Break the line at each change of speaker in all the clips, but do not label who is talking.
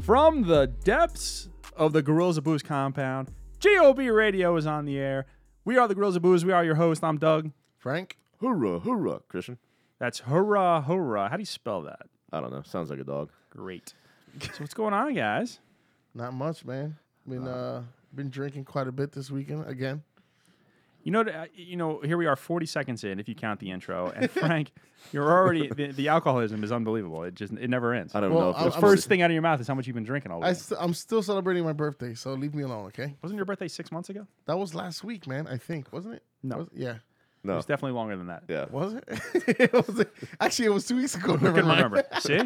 From the depths of the Gorillas of Booze compound, GOB Radio is on the air. We are the Gorillas of Booze. We are your host. I'm Doug.
Frank?
Hoorah, hoorah, Christian.
That's hurrah, hurrah. How do you spell that?
I don't know. Sounds like a dog.
Great. so what's going on, guys?
Not much, man. Been uh been drinking quite a bit this weekend again.
You know, uh, you know. Here we are, 40 seconds in, if you count the intro. And Frank, you're already the, the alcoholism is unbelievable. It just it never ends.
I don't
Well,
know.
I-
If
The
I'm-
first thing out of your mouth is how much you've been drinking all
I
week.
st- I'm still celebrating my birthday, so leave me alone, okay?
Wasn't your birthday six months ago?
That was last week, man. I think wasn't it?
No.
Was- yeah. Oh.
It
no.
was definitely longer than that.
Yeah.
Was it? It was- Actually, it was two weeks ago.
I
Never
couldn't
mind.
remember. See,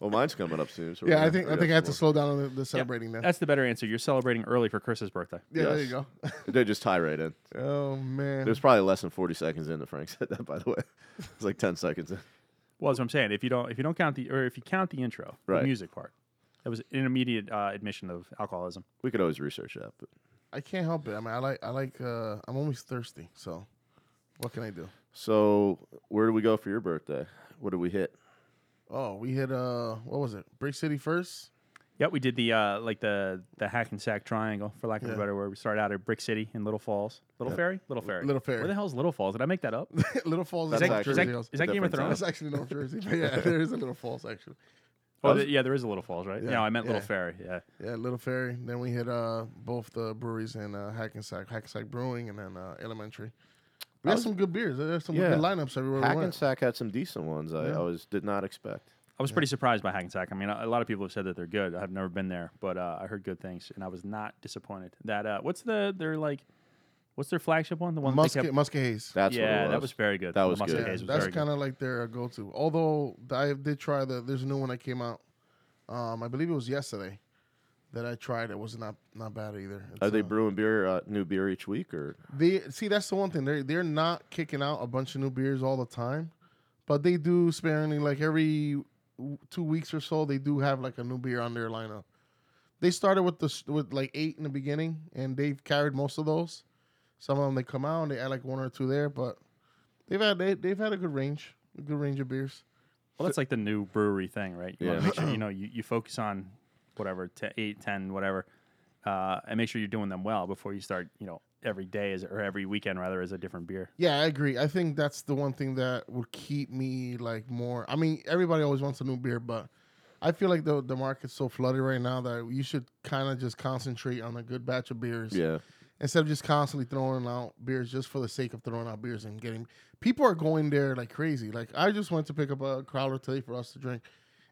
Well, mine's coming up soon. So we're
Yeah, I
gonna-
think
we
I
got
think I
some
have to
more.
slow down on the, the celebrating then.
that's the better answer. You're celebrating early for Chris's birthday.
Yeah, there
Yes.
you go.
They just tie right in.
Oh man.
There's probably less than 40 seconds in that Frank said that, by the way. It's like 10 seconds in.
Well, that's what I'm saying. If you don't, if you don't count the, or if you count the intro,
Right.
the music part, that was an immediate uh, admission of alcoholism.
We could always research that. But
I can't help it. I mean, I like I like uh I'm always thirsty, so what can I do?
So, where do we go for your birthday? What did we hit?
Oh, we hit uh what was it? Brick City first?
Yeah, we did the uh, like the the hack and sack triangle, for lack of
Yeah.
a better word. We started out at Brick City in Little Falls, Little Ferry, Little Ferry, Oh,
Little Ferry.
Where the hell's Little Falls? Did I make that up?
Little Falls
That's
is
is
that,
North
is
actually-
that-
Jersey. I was-
is that Game of
different town.
Thrones?
That's actually North Jersey, but yeah, there is a Little Falls actually.
Oh, the- yeah, there is a Little Falls, right?
Yeah.
No, I meant Little
Yeah.
Ferry. Yeah,
Yeah, Little Ferry. Then we hit uh both the breweries in uh, Hackensack, Hackensack Brewing, and then uh, Elementary. We
I
had
was-
some good beers. There's some
Yeah.
good lineups everywhere we went.
Hackensack had some decent ones I,
Yeah.
I was did not expect.
I was pretty surprised by Hackensack. I mean, a, a lot of people have said that they're good. I've never been there, but uh, I heard good things, and I was not disappointed. That uh, what's the their like, what's their flagship one? The one that
Musket,
they kept.
Musket Haze.
That's what
yeah,
it was.
that was very good.
That
The
was
Musket
good.
Yeah,
Haze was
that's
very good.
kind of like their uh, go-to. Although I did try the. There's a new one that came out. Um, I believe it was yesterday that I tried. It was not not bad either. It's,
Are they
uh,
brewing beer, uh, new beer each week? or
They see that's the one thing they're they're not kicking out a bunch of new beers all the time, but they do sparingly. Like every w- two weeks or so, they do have like a new beer on their lineup. They started with the s- with like eight in the beginning, and they've carried most of those. Some of them they come out and they add like one or two there, but they've had they, they've had a good range, a good range of beers.
Well, that's like the new brewery thing, right? You want
Yeah.
to make sure you know you, you focus on whatever t- eight, ten, whatever, uh, and make sure you're doing them well before you start. You know, every day is or every weekend rather is a different beer.
Yeah, I agree. I think that's the one thing that would keep me like more. I mean, everybody always wants a new beer, but I feel like the the market's so flooded right now that you should kind of just concentrate on a good batch of beers
Yeah.
instead of just constantly throwing out beers just for the sake of throwing out beers and getting people are going there like crazy. Like I just went to pick up a crowler today for us to drink,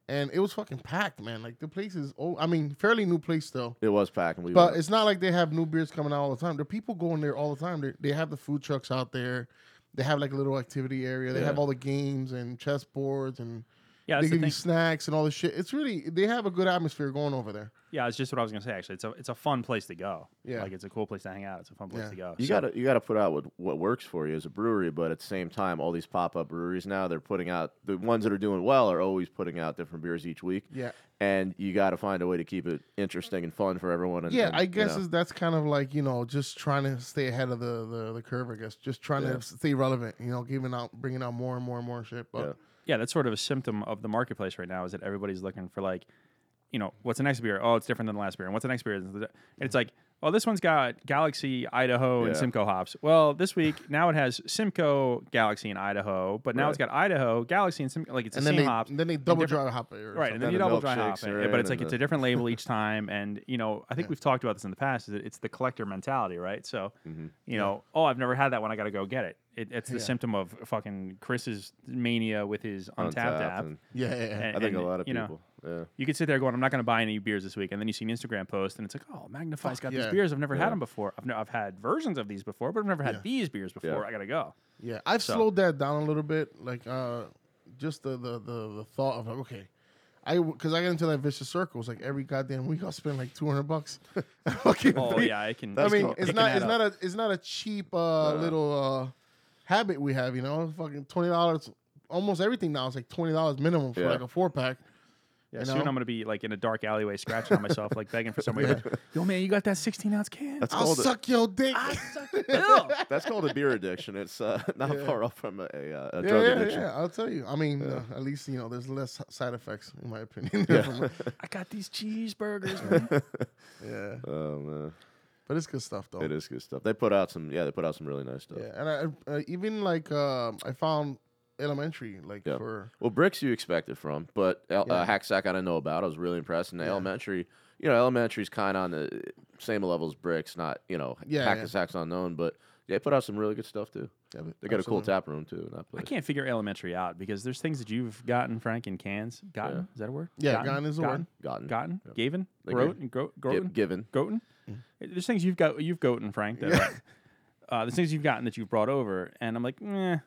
and it was fucking packed, man. Like the place is oh, I mean, fairly new place though.
It was packed. And we
But
went.
it's not like they have new beers coming out all the time. There are people going there all the time. They, they have the food trucks out there. They have like a little activity area. They have
Yeah.
all the games and chess boards and
Yeah,
they
that's the
give
thing.
you snacks and all this shit. It's really they have a good atmosphere going over there.
Yeah, it's just what I was gonna say. Actually, it's a it's a fun place to go.
Yeah.
like it's a cool place to hang out. It's a fun place
Yeah.
to go.
You
So-
gotta you gotta put out what what works for you as a brewery, but at the same time, all these pop up breweries now they're putting out the ones that are doing well are always putting out different beers each week.
Yeah.
and you gotta find a way to keep it interesting and fun for everyone. And,
yeah,
and,
I
you
guess
know,
is that's kind of like you know just trying to stay ahead of the the, the curve. I guess just trying
Yeah.
to stay relevant. You know, giving out, bringing out more and more and more shit. But
Yeah.
yeah, that's sort of a symptom of the marketplace right now is that everybody's looking for like, you know, what's the next beer? Oh, it's different than the last beer. And what's the next beer? And it's like, oh, this one's got Galaxy, Idaho, and
Yeah.
Simcoe hops. Well, this week now it has Simcoe, Galaxy, and Idaho, but now it's got Idaho, Galaxy, and Simcoe. Like it's the
and
same
then they
hops.
then they double dry hop it. Or
Right, and
something.
then you
the
double dry hop
milkshakes
it,
are
yeah, but
in
it's like
and
it's
the-
a different label each time, and you know I think we've talked about this in the past. Is that it's the collector mentality, right? So,
Mm-hmm.
you know, oh, I've never had that one. I got to go get it. it it's the symptom of fucking Chris's mania with his untapped,
Untapped
app.
and-
yeah, yeah, yeah.
And-
I think a
and,
lot of
you know,
people. yeah,
you could sit there going, I'm not going to buy any beers this week. And then you see an Instagram post and it's like, oh, Magnify's got these
yeah.
beers. I've never had
Yeah.
them before. I've, no, I've had versions of these before, but I've never had
Yeah.
these beers before. I got to go.
Yeah, I've
So-
slowed that down a little bit. Like, uh, just the the the, the thought of like, okay, I because I get into that vicious circle. It's like every goddamn week I'll spend like two hundred bucks. Fucking
Oh,
thing.
yeah, I can.
I
That's
mean,
cool.
it's
can
not
add
it's
up.
not a it's not a cheap uh, little uh, habit we have. You know, fucking twenty dollars. Almost everything now is like twenty dollars minimum for
Yeah.
like a four pack.
Yeah,
You
soon
know?
I'm gonna be like in a dark alleyway scratching on myself, like begging for somebody. like, Yo, man, you got that 16 ounce can?
That's
I'll
called a,
suck your dick.
Ew.
that's called a beer addiction. It's uh, not
Yeah.
far off from a, a, uh, a
yeah,
drug
yeah,
addiction.
yeah. I'll tell you. I mean, uh, at least you know there's less h- side effects, in my opinion. Yeah,
I got these cheeseburgers, man.
Oh man,
but it's good stuff though.
it is good stuff. They put out some yeah, they put out some really nice stuff.
Yeah, and I uh, even like um, I found elementary like
Yeah.
for
Well, bricks you expect it from, but el- uh,
Yeah.
hacksack I didn't know about. I was really impressed. And the
Yeah.
elementary, you know, elementary's kind of on the same level as bricks. Not you know,
Yeah, yeah.
hacksack's unknown, but they put out some really good stuff too.
yeah, but
They got a cool
absolutely.
tap room too. Not
I can't figure elementary out because there's things that you've gotten, Frank, in cans. Gotten?
Yeah.
Is that a word?
Yeah, gotten is a word.
gotten
Gotten?
Yeah.
Gaven?
Like
Groten? Gro-
Gi-
Groten?
given.
Goten?
Mm.
There's things you've got you've goten, Frank. That, uh, there's things you've gotten that you've brought over, and I'm like, eh,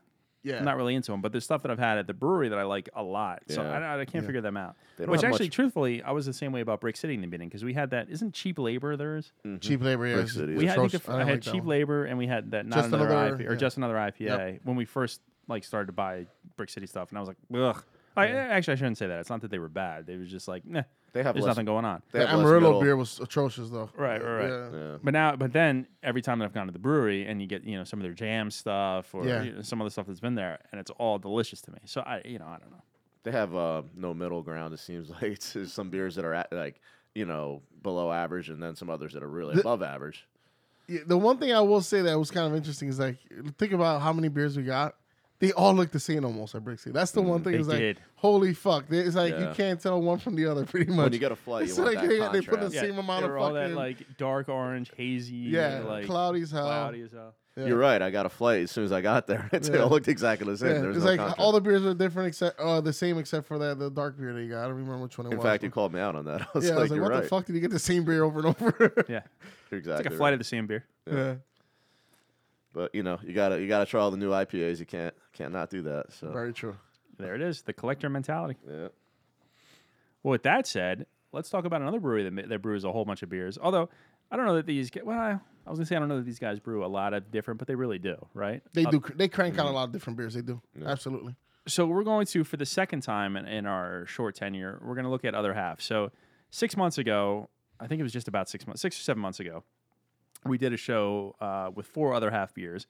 Yeah,
I'm not really into them. But there's stuff that I've had at the brewery that I like a lot. So
Yeah.
I, I can't figure them out.
They don't
Which
have
actually,
much-
truthfully, I was the same way about Brick City in the beginning because we had that. Isn't cheap labor theirs?
Mm.
cheap labor. Yeah,
Brick
is
Mm-hmm. City.
we had, I, think
atrocious.
the, I,
don't
had
like that
cheap
one.
labor and we had that not
Just
another,
another-
IPA or
yeah.
just another IPA when we first like started to buy Brick City stuff, and I was like, ugh. I, Actually, I shouldn't say that. It's not that they were bad. They was just like, nah,
They have
there's
less,
nothing going on.
They
The
have less
Amarillo
middle-
beer uh, was atrocious though.
Right, right, right.
Yeah.
Yeah.
But now, but then every time that I've gone to the brewery and you get you know some of their jam stuff or
Yeah.
you know, some of the stuff that's been there, and it's all delicious to me. So I, you know, I don't know.
They have uh, no middle ground. It seems like it's just some beers that are at, like you know below average, and then some others that are really
The-
above average.
Yeah, the one thing I will say that was kind of interesting is like think about how many beers we got. They all look the same almost at Brixie. That's the one thing.
Mm, They
is like,
did.
holy fuck! They- It's like
Yeah.
you can't tell one from the other, pretty much.
When you get a flight, you
It's
want
like
that
they- they put
contrast.
the Same amount
they
of
were all that
fucking-
like dark orange, hazy,
yeah,
like
cloudy as hell.
cloudy as hell.
Yeah.
You're right. I got a flight as soon as I got there. it
Yeah.
all looked exactly the same.
Yeah,
There's
it's
no
like
contrast.
all the beers are different except uh, the same except for that the dark beer that you got. I don't remember which one it
In
was.
fact, you called me out on that. I was
yeah,
like,
I was like,
you're
what
right.
the fuck did you get the same beer over and over?
Yeah,
You're
it's
exactly.
like a
right.
flight of the same beer.
yeah.
But you know, you gotta you gotta try all the new IPAs. You can't can't not do that. So
very true.
There it is, the collector mentality.
yeah,
Well, with that said, let's talk about another brewery that, ma- that brews a whole bunch of beers. Although I don't know that these. g- Well, I was gonna say I don't know that these guys brew a lot of different, but they really do, right?
They
Uh,
do. They crank
mm.
out a lot of different beers. They do absolutely.
so we're going to for the second time in, in our short tenure we're going to look at other half so six months ago i think it was just about six months six or seven months ago we did a show uh, with four other half beers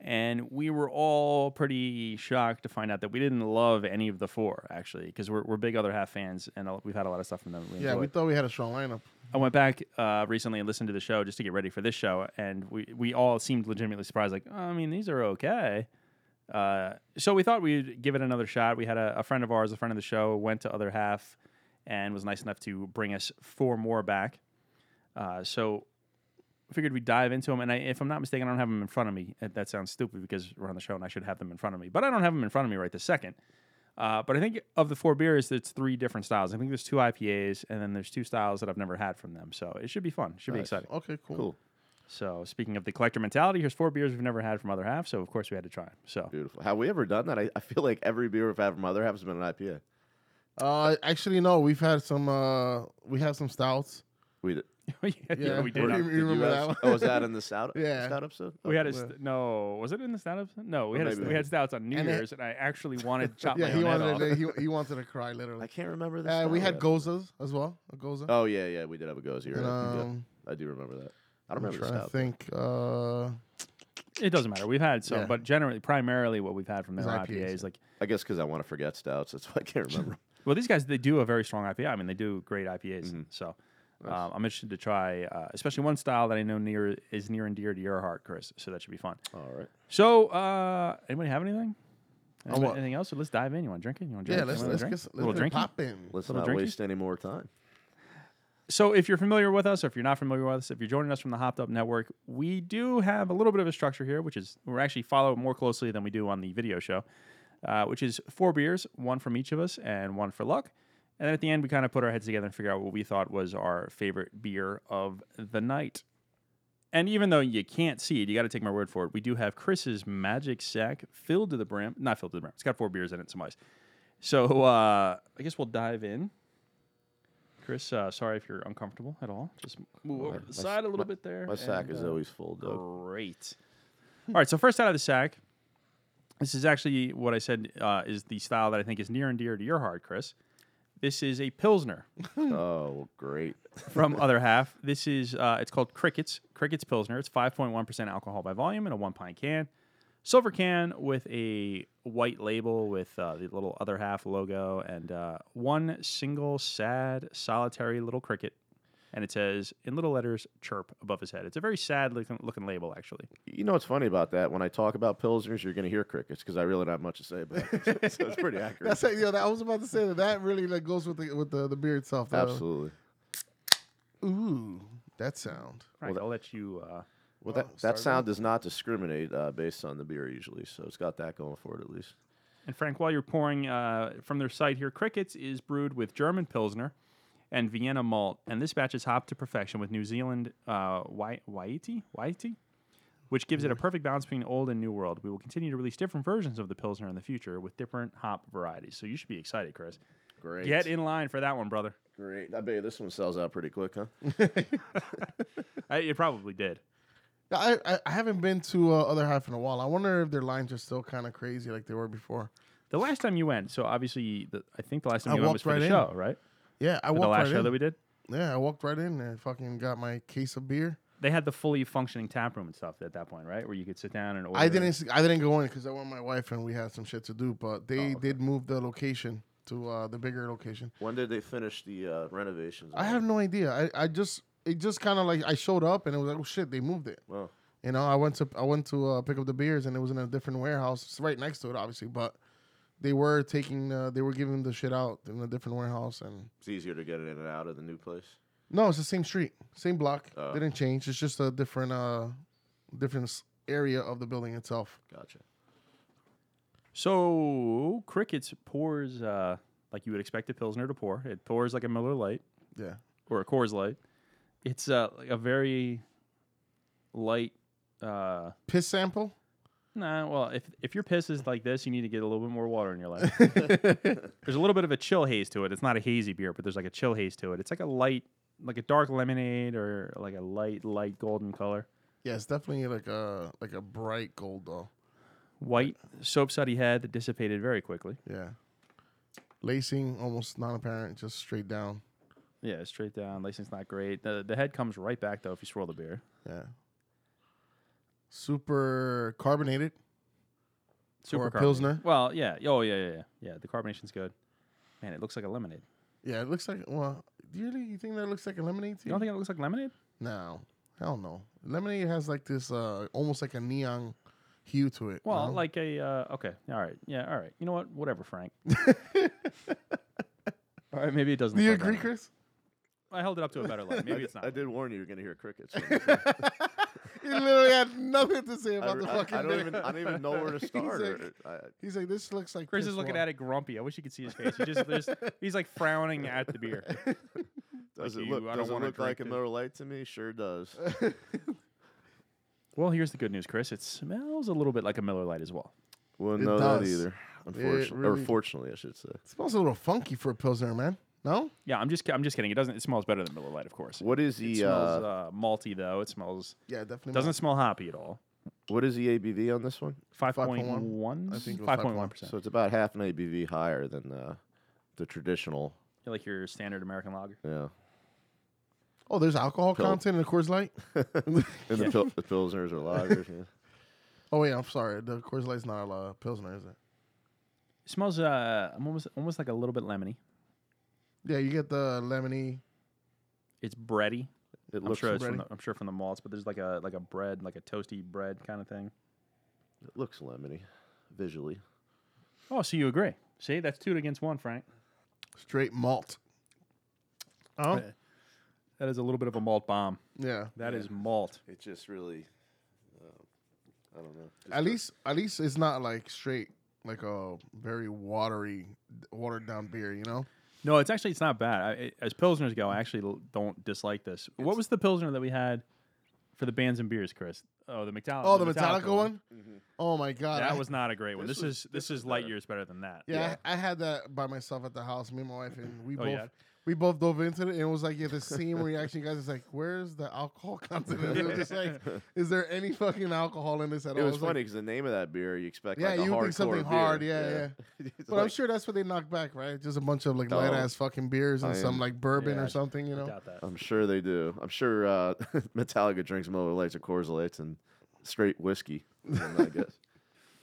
and we were all pretty shocked to find out that we didn't love any of the four actually because we're, we're big other half fans and a- we've had a lot of stuff from them that we
Yeah,
enjoy.
we thought we had a strong lineup.
I went back uh, recently and listened to the show just to get ready for this show, and we, we all seemed legitimately surprised. Like, "Oh, I mean, these are okay. Uh, so we thought we'd give it another shot. We had a, a friend of ours, a friend of the show, went to other half, and was nice enough to bring us four more back. Uh, so figured we'd dive into them. And I, if I'm not mistaken, I don't have them in front of me. Uh, That- That sounds stupid because we're on the show and I should have them in front of me, but I don't have them in front of me right this second. Uh, but I think of the four beers, it's three different styles. I think there's two IPAs and then there's two styles that I've never had from them. So it should be fun. Should be exciting.
Okay, cool.
cool,
So speaking of the collector mentality, here's four beers we've never had from other half. So of course we had to try them. So
beautiful. Have we ever done that? I, I feel like every beer we've had from other half has been an IPA.
Uh, actually, no, we've had some. Uh, we have some stouts.
We did.
yeah,
Yeah.
we did.
We're-
not-
You
did you
remember
have-
that one?
Oh, was that in the stout?
Yeah.
stout episode.
We had a
Where?
st- no. Was it in the stout episode? No, we
Or
had a
maybe
st- we
not.
had stouts on New
And it-
Year's, and I actually wanted to chop
Yeah,
my
he
own head
wanted.
off.
To, he, he wanted to cry
Oh, I
literally.
can't remember the.
Uh, we
stout
had
yet.
gozas as well. A goza.
Oh yeah, yeah, we did have a goes here.
and, um,
I do remember that. I
I'm
don't remember the
trying to
stout.
think. Uh,
It doesn't matter. We've had some,
Yeah.
but generally, primarily, what we've had from their
It's
IPAs,
IPAs,
like
I guess because I want to forget stouts, that's why I can't remember.
well, these guys they do a very strong IPA. I mean, they do great IPAs.
Mm-hmm.
So um,
Nice.
I'm interested to try, uh, especially one style that I know near is near and dear to your heart, Chris. So that should be fun.
All right.
So uh, anybody have anything? Anybody,
what?
anything else? So let's dive in. You want to drink it? You want to
Oh, yeah,
drink?
let's
You wanna
let's
drink?
get some,
little
let's get
drinky?
popping.
Let's
Little
not
drinky?
waste any more time.
So, if you're familiar with us, or if you're not familiar with us, if you're joining us from the Hopped Up Network, we do have a little bit of a structure here, which is we're actually followed more closely than we do on the video show, uh, which is four beers, one from each of us, and one for luck. And then at the end, we kind of put our heads together and figure out what we thought was our favorite beer of the night. And even though you can't see it, you got to take my word for it. We do have Chris's magic sack filled to the brim, not filled to the brim. It's got four beers in it, some ice. So uh, I guess we'll dive in. Chris, uh, sorry if you're uncomfortable at all. Just move over to the
my-
side a little bit there.
My sack
and,
is
uh,
always full, Doug.
Great. All right, so first out of the sack, this is actually what I said uh, is the style that I think is near and dear to your heart, Chris. This is a Pilsner
uh,
oh, great.
from Other Half. This is, uh, it's called Crickets, Crickets Pilsner. It's 5.1% alcohol by volume in a one pint can. Silver can with a white label with uh, the little Other Half logo and uh, one single sad, solitary little cricket. And it says in little letters, chirp above his head. It's a very sad looking, looking label, actually.
You know what's funny about that? When I talk about pilsners, you're going to hear crickets because I really don't have much to say about it. so it's pretty accurate.
That's it, yo. That, I was about to say that that really like goes with the with the, the beer itself. though.
Absolutely.
Ooh, that sound.
Right, I'll let you. Uh,
Wow,
Well, that, that
Oh, sorry.
sound does not discriminate uh, based on the beer usually, so it's got that going for it at least.
And Frank, while you're pouring uh, from their site here, Crickets is brewed with German Pilsner and Vienna malt, and this batch is hopped to perfection with New Zealand uh, Wai- Waiti, Waiti, which gives it a perfect balance between old and new world. We will continue to release different versions of the Pilsner in the future with different hop varieties. So you should be excited, Chris.
Great.
Get in line for that one, brother.
Great. I bet you this one sells out pretty quick, huh?
I, it probably did.
I, I, I haven't been to uh, other half in a while. I wonder if their lines are still kind of crazy like they were before.
The last time you went, so obviously, the, I think the last time
I
you went
walked
was for
right
the
in.
show, right?
Yeah, I
The
walked
last
right
show
in.
that we did.
yeah, I walked right in and fucking got my case of beer.
They had the fully functioning tap room and stuff at that point, right? Where you could sit down and order.
I didn't s- I didn't go in because I went with my wife and we had some shit to do. But they
Oh,
did move the location to uh, the bigger location.
When did they finish the uh, renovations?
I have no idea. I, I just it just kind of like I showed up and it was like oh shit they moved it.
Well,
You know I went to I went to uh, pick up the beers and it was in a different warehouse. It's right next to it obviously, but they were taking uh, they were giving the shit out in a different warehouse and
it's easier to get in and out of the new place.
No, it's the same street, same block.
Oh.
Didn't change. It's just a different, uh, different s- area of the building itself.
Gotcha.
So crickets pours uh, like you would expect a pilsner to pour. It pours like a Miller Light
Yeah,
or a Coors Light. It's uh, like a very light. Uh,
piss sample.
nah, well, if if your piss is like this, you need to get a little bit more water in your life. there's a little bit of a chill haze to it. It's not a hazy beer, but there's like a chill haze to it. It's like a light, like a dark lemonade or like a light, light golden color.
Yeah, it's definitely like a like a bright gold though.
White soap suddy head that dissipated very quickly.
Yeah, lacing almost non-apparent, just straight down.
Yeah, straight down. Lacing's not great. The, the head comes right back though if you swirl the beer.
Yeah, super carbonated.
Super
Or a
carbonated.
Pilsner?
Well, yeah. Oh, yeah, yeah, yeah. Yeah, the carbonation's good. Man, it looks like a lemonade.
Yeah, it looks like. Well, do you really you think that looks like a lemonade to
You
you?
don't think it looks like lemonade?
no, hell no. Lemonade has like this, uh, almost like a neon hue to it.
Well,
no?
like a uh, okay. All right. Yeah. All right. You know what? Whatever, Frank. all right. Maybe it doesn't.
do you
look like
agree,
lemonade.
Chris?
I held it up to a better light. Maybe it's not.
I did warn you you're going to hear crickets.
He literally had nothing to say
I,
about the
I-
fucking
I don't
beer.
even I don't even know where to
He's
start.
like-
or- I-
He's like, this looks like.
Chris is looking at it grumpy. I wish you could see his face. He just, there's- he's like frowning at the beer.
does
Like
it
you,
look,
I don't
does it
wanna
look like a
drink it.
Miller Lite to me? Sure does.
Well, here's the good news, Chris. It smells a little bit like a Miller Light as well.
Wouldn't
It
know that
does.
either. Unfortunately,
really-
or fortunately, I should say.
smells a little funky for a pilsner, man. No,
Yeah, I'm just, ki- I'm just kidding. It doesn't. It smells better than Miller Light, of course.
What is
It
the
smells
uh,
uh, malty though. It smells
yeah, definitely
doesn't smell hoppy at all.
what is the ABV on this one?
Five point
5.1?
one.
I think it was
five point one percent.
So it's about half an ABV higher than uh, the traditional.
Like your standard American lager.
Yeah,
Oh, there's alcohol
Pill.
content in the Coors Light.
and the, pil- the pilsners or lagers. Yeah.
Oh wait, I'm sorry. The Coors Light's not a uh, pilsner, is it?
It smells uh I'm almost almost like a little bit lemony.
Yeah, you get the lemony.
It's bready.
It
I'm
looks
sure it's from the,
bready.
I'm sure from the malts, but there's like a like a bread, like a toasty bread kind of thing.
it looks lemony, visually.
Oh, so you agree? See, that's two against one, Frank.
straight malt. Oh,
Yeah. That is a little bit of a malt bomb.
yeah.
That is
Yeah.
malt.
It just really, uh, I don't know.
At least, at least it's not like straight, like a very watery, watered down beer. You know,
No, it's actually it's not bad. I, it- as pilsners go, I actually l- don't dislike this. what was the pilsner that we had for the bands and beers, Chris? Oh, the Metallica.
Oh, the Metallica, one?
Mm-hmm.
Oh my god,
That
I-
was not a great one. This, is
This was-
this
this
is
is
light
better.
years better than that.
Yeah, I I had that by myself at the house. Me and my wife, and we
Oh,
both
yeah?
we both dove into it, and it was like, yeah, the same reaction, guys. It's like, where's the alcohol content? And it was just like, is there any fucking alcohol in this at
It
all?
was
It's
funny
Like,
because the name of that beer, you expect
yeah,
like a
you would think
hardcore
something
beer.
hard. Yeah, yeah.
It's
but I'm
like-
sure that's what they knocked back, right? Just a bunch of like
No.
light ass fucking beers and
I
some
am-
like bourbon
Yeah,
or something, you
I
know?
doubt that.
I'm sure they do. I'm sure uh, Metallica drinks Miller Lights or Coors Lights and straight whiskey. I guess.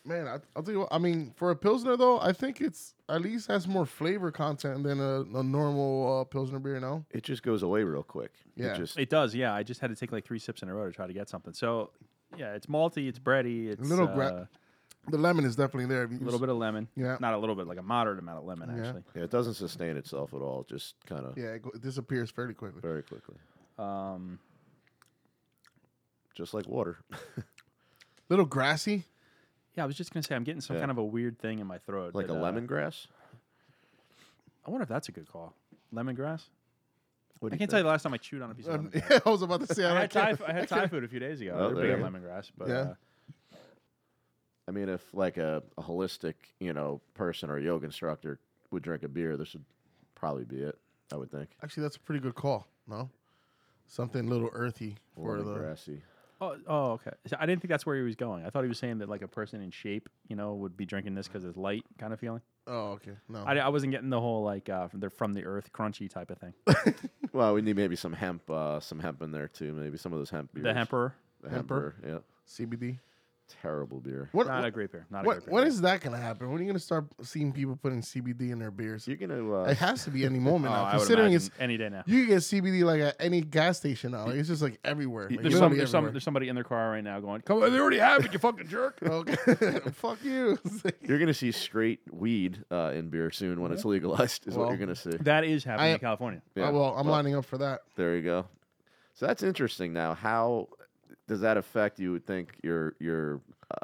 Man, I, I'll tell you what. I mean, for a pilsner though, I think it's at least has more flavor content than a, a normal uh, pilsner beer. No,
It just goes away real quick. It
Yeah.
just-
It does, yeah. I just had to take like three sips in a row to try to get something. So, yeah, it's malty, it's bready, it's
little
uh,
gra- the lemon is definitely there.
a little bit of lemon.
Yeah.
Not a little bit, like a moderate amount of lemon,
Yeah.
actually.
yeah, it doesn't sustain itself at all. It Just kind of
Yeah, it, go- it disappears fairly quickly.
very quickly,
Um,
just like water.
Little grassy.
yeah, I was just going to say, I'm getting some
Yeah.
kind of a weird thing in my throat.
like
that,
a
uh,
lemongrass.
I wonder if that's a good call. Lemongrass?
What do
I can't tell you the last time I chewed on a piece of
Um,
lemongrass.
I was about to say. I,
I
don't
had,
care.
Thai, I had Thai food a few days ago.
Oh,
They're big
there
on lemongrass, but
Yeah.
uh,
I mean, if like a, a holistic, you know, person or yoga instructor would drink a beer, this would probably be it. I would think.
Actually, that's a pretty good call. No, something a little earthy for the.
Lemongrassy.
oh, oh, okay. So I didn't think that's where he was going. I thought he was saying that like a person in shape, you know, would be drinking this because it's light kind of feeling.
Oh, okay. No,
I, I wasn't getting the whole like uh, they're from the earth, crunchy type of thing.
Well, we need maybe some hemp, uh, some hemp in there too. Maybe some of those hemp beers.
the Hemperer,
The
Hemper.
hemper. Yeah.
CBD.
Terrible beer.
What?
not
what-
a great beer. Not a
What,
great beer.
when is that gonna happen? When are you gonna start seeing people putting CBD in their beers?
You're gonna. Uh,
It has to be any moment
Oh,
now.
I would
Considering it's
imagine any day now.
you can get CBD like at any gas station now. Like, it's just like everywhere. Like,
there's, some,
literally
there's, some,
everywhere.
there's somebody in their car right now going, "Come on, they already have it, you fucking jerk."
Okay. Fuck you. It's like-
You're gonna see straight weed uh, in beer soon when it's legalized. Is what
Well,
you're gonna see.
That is happening
I-
in California.
Yeah.
Oh, well, I'm
Well,
lining up for that.
There you go. So that's interesting. Now, how does that affect? You would think your your uh,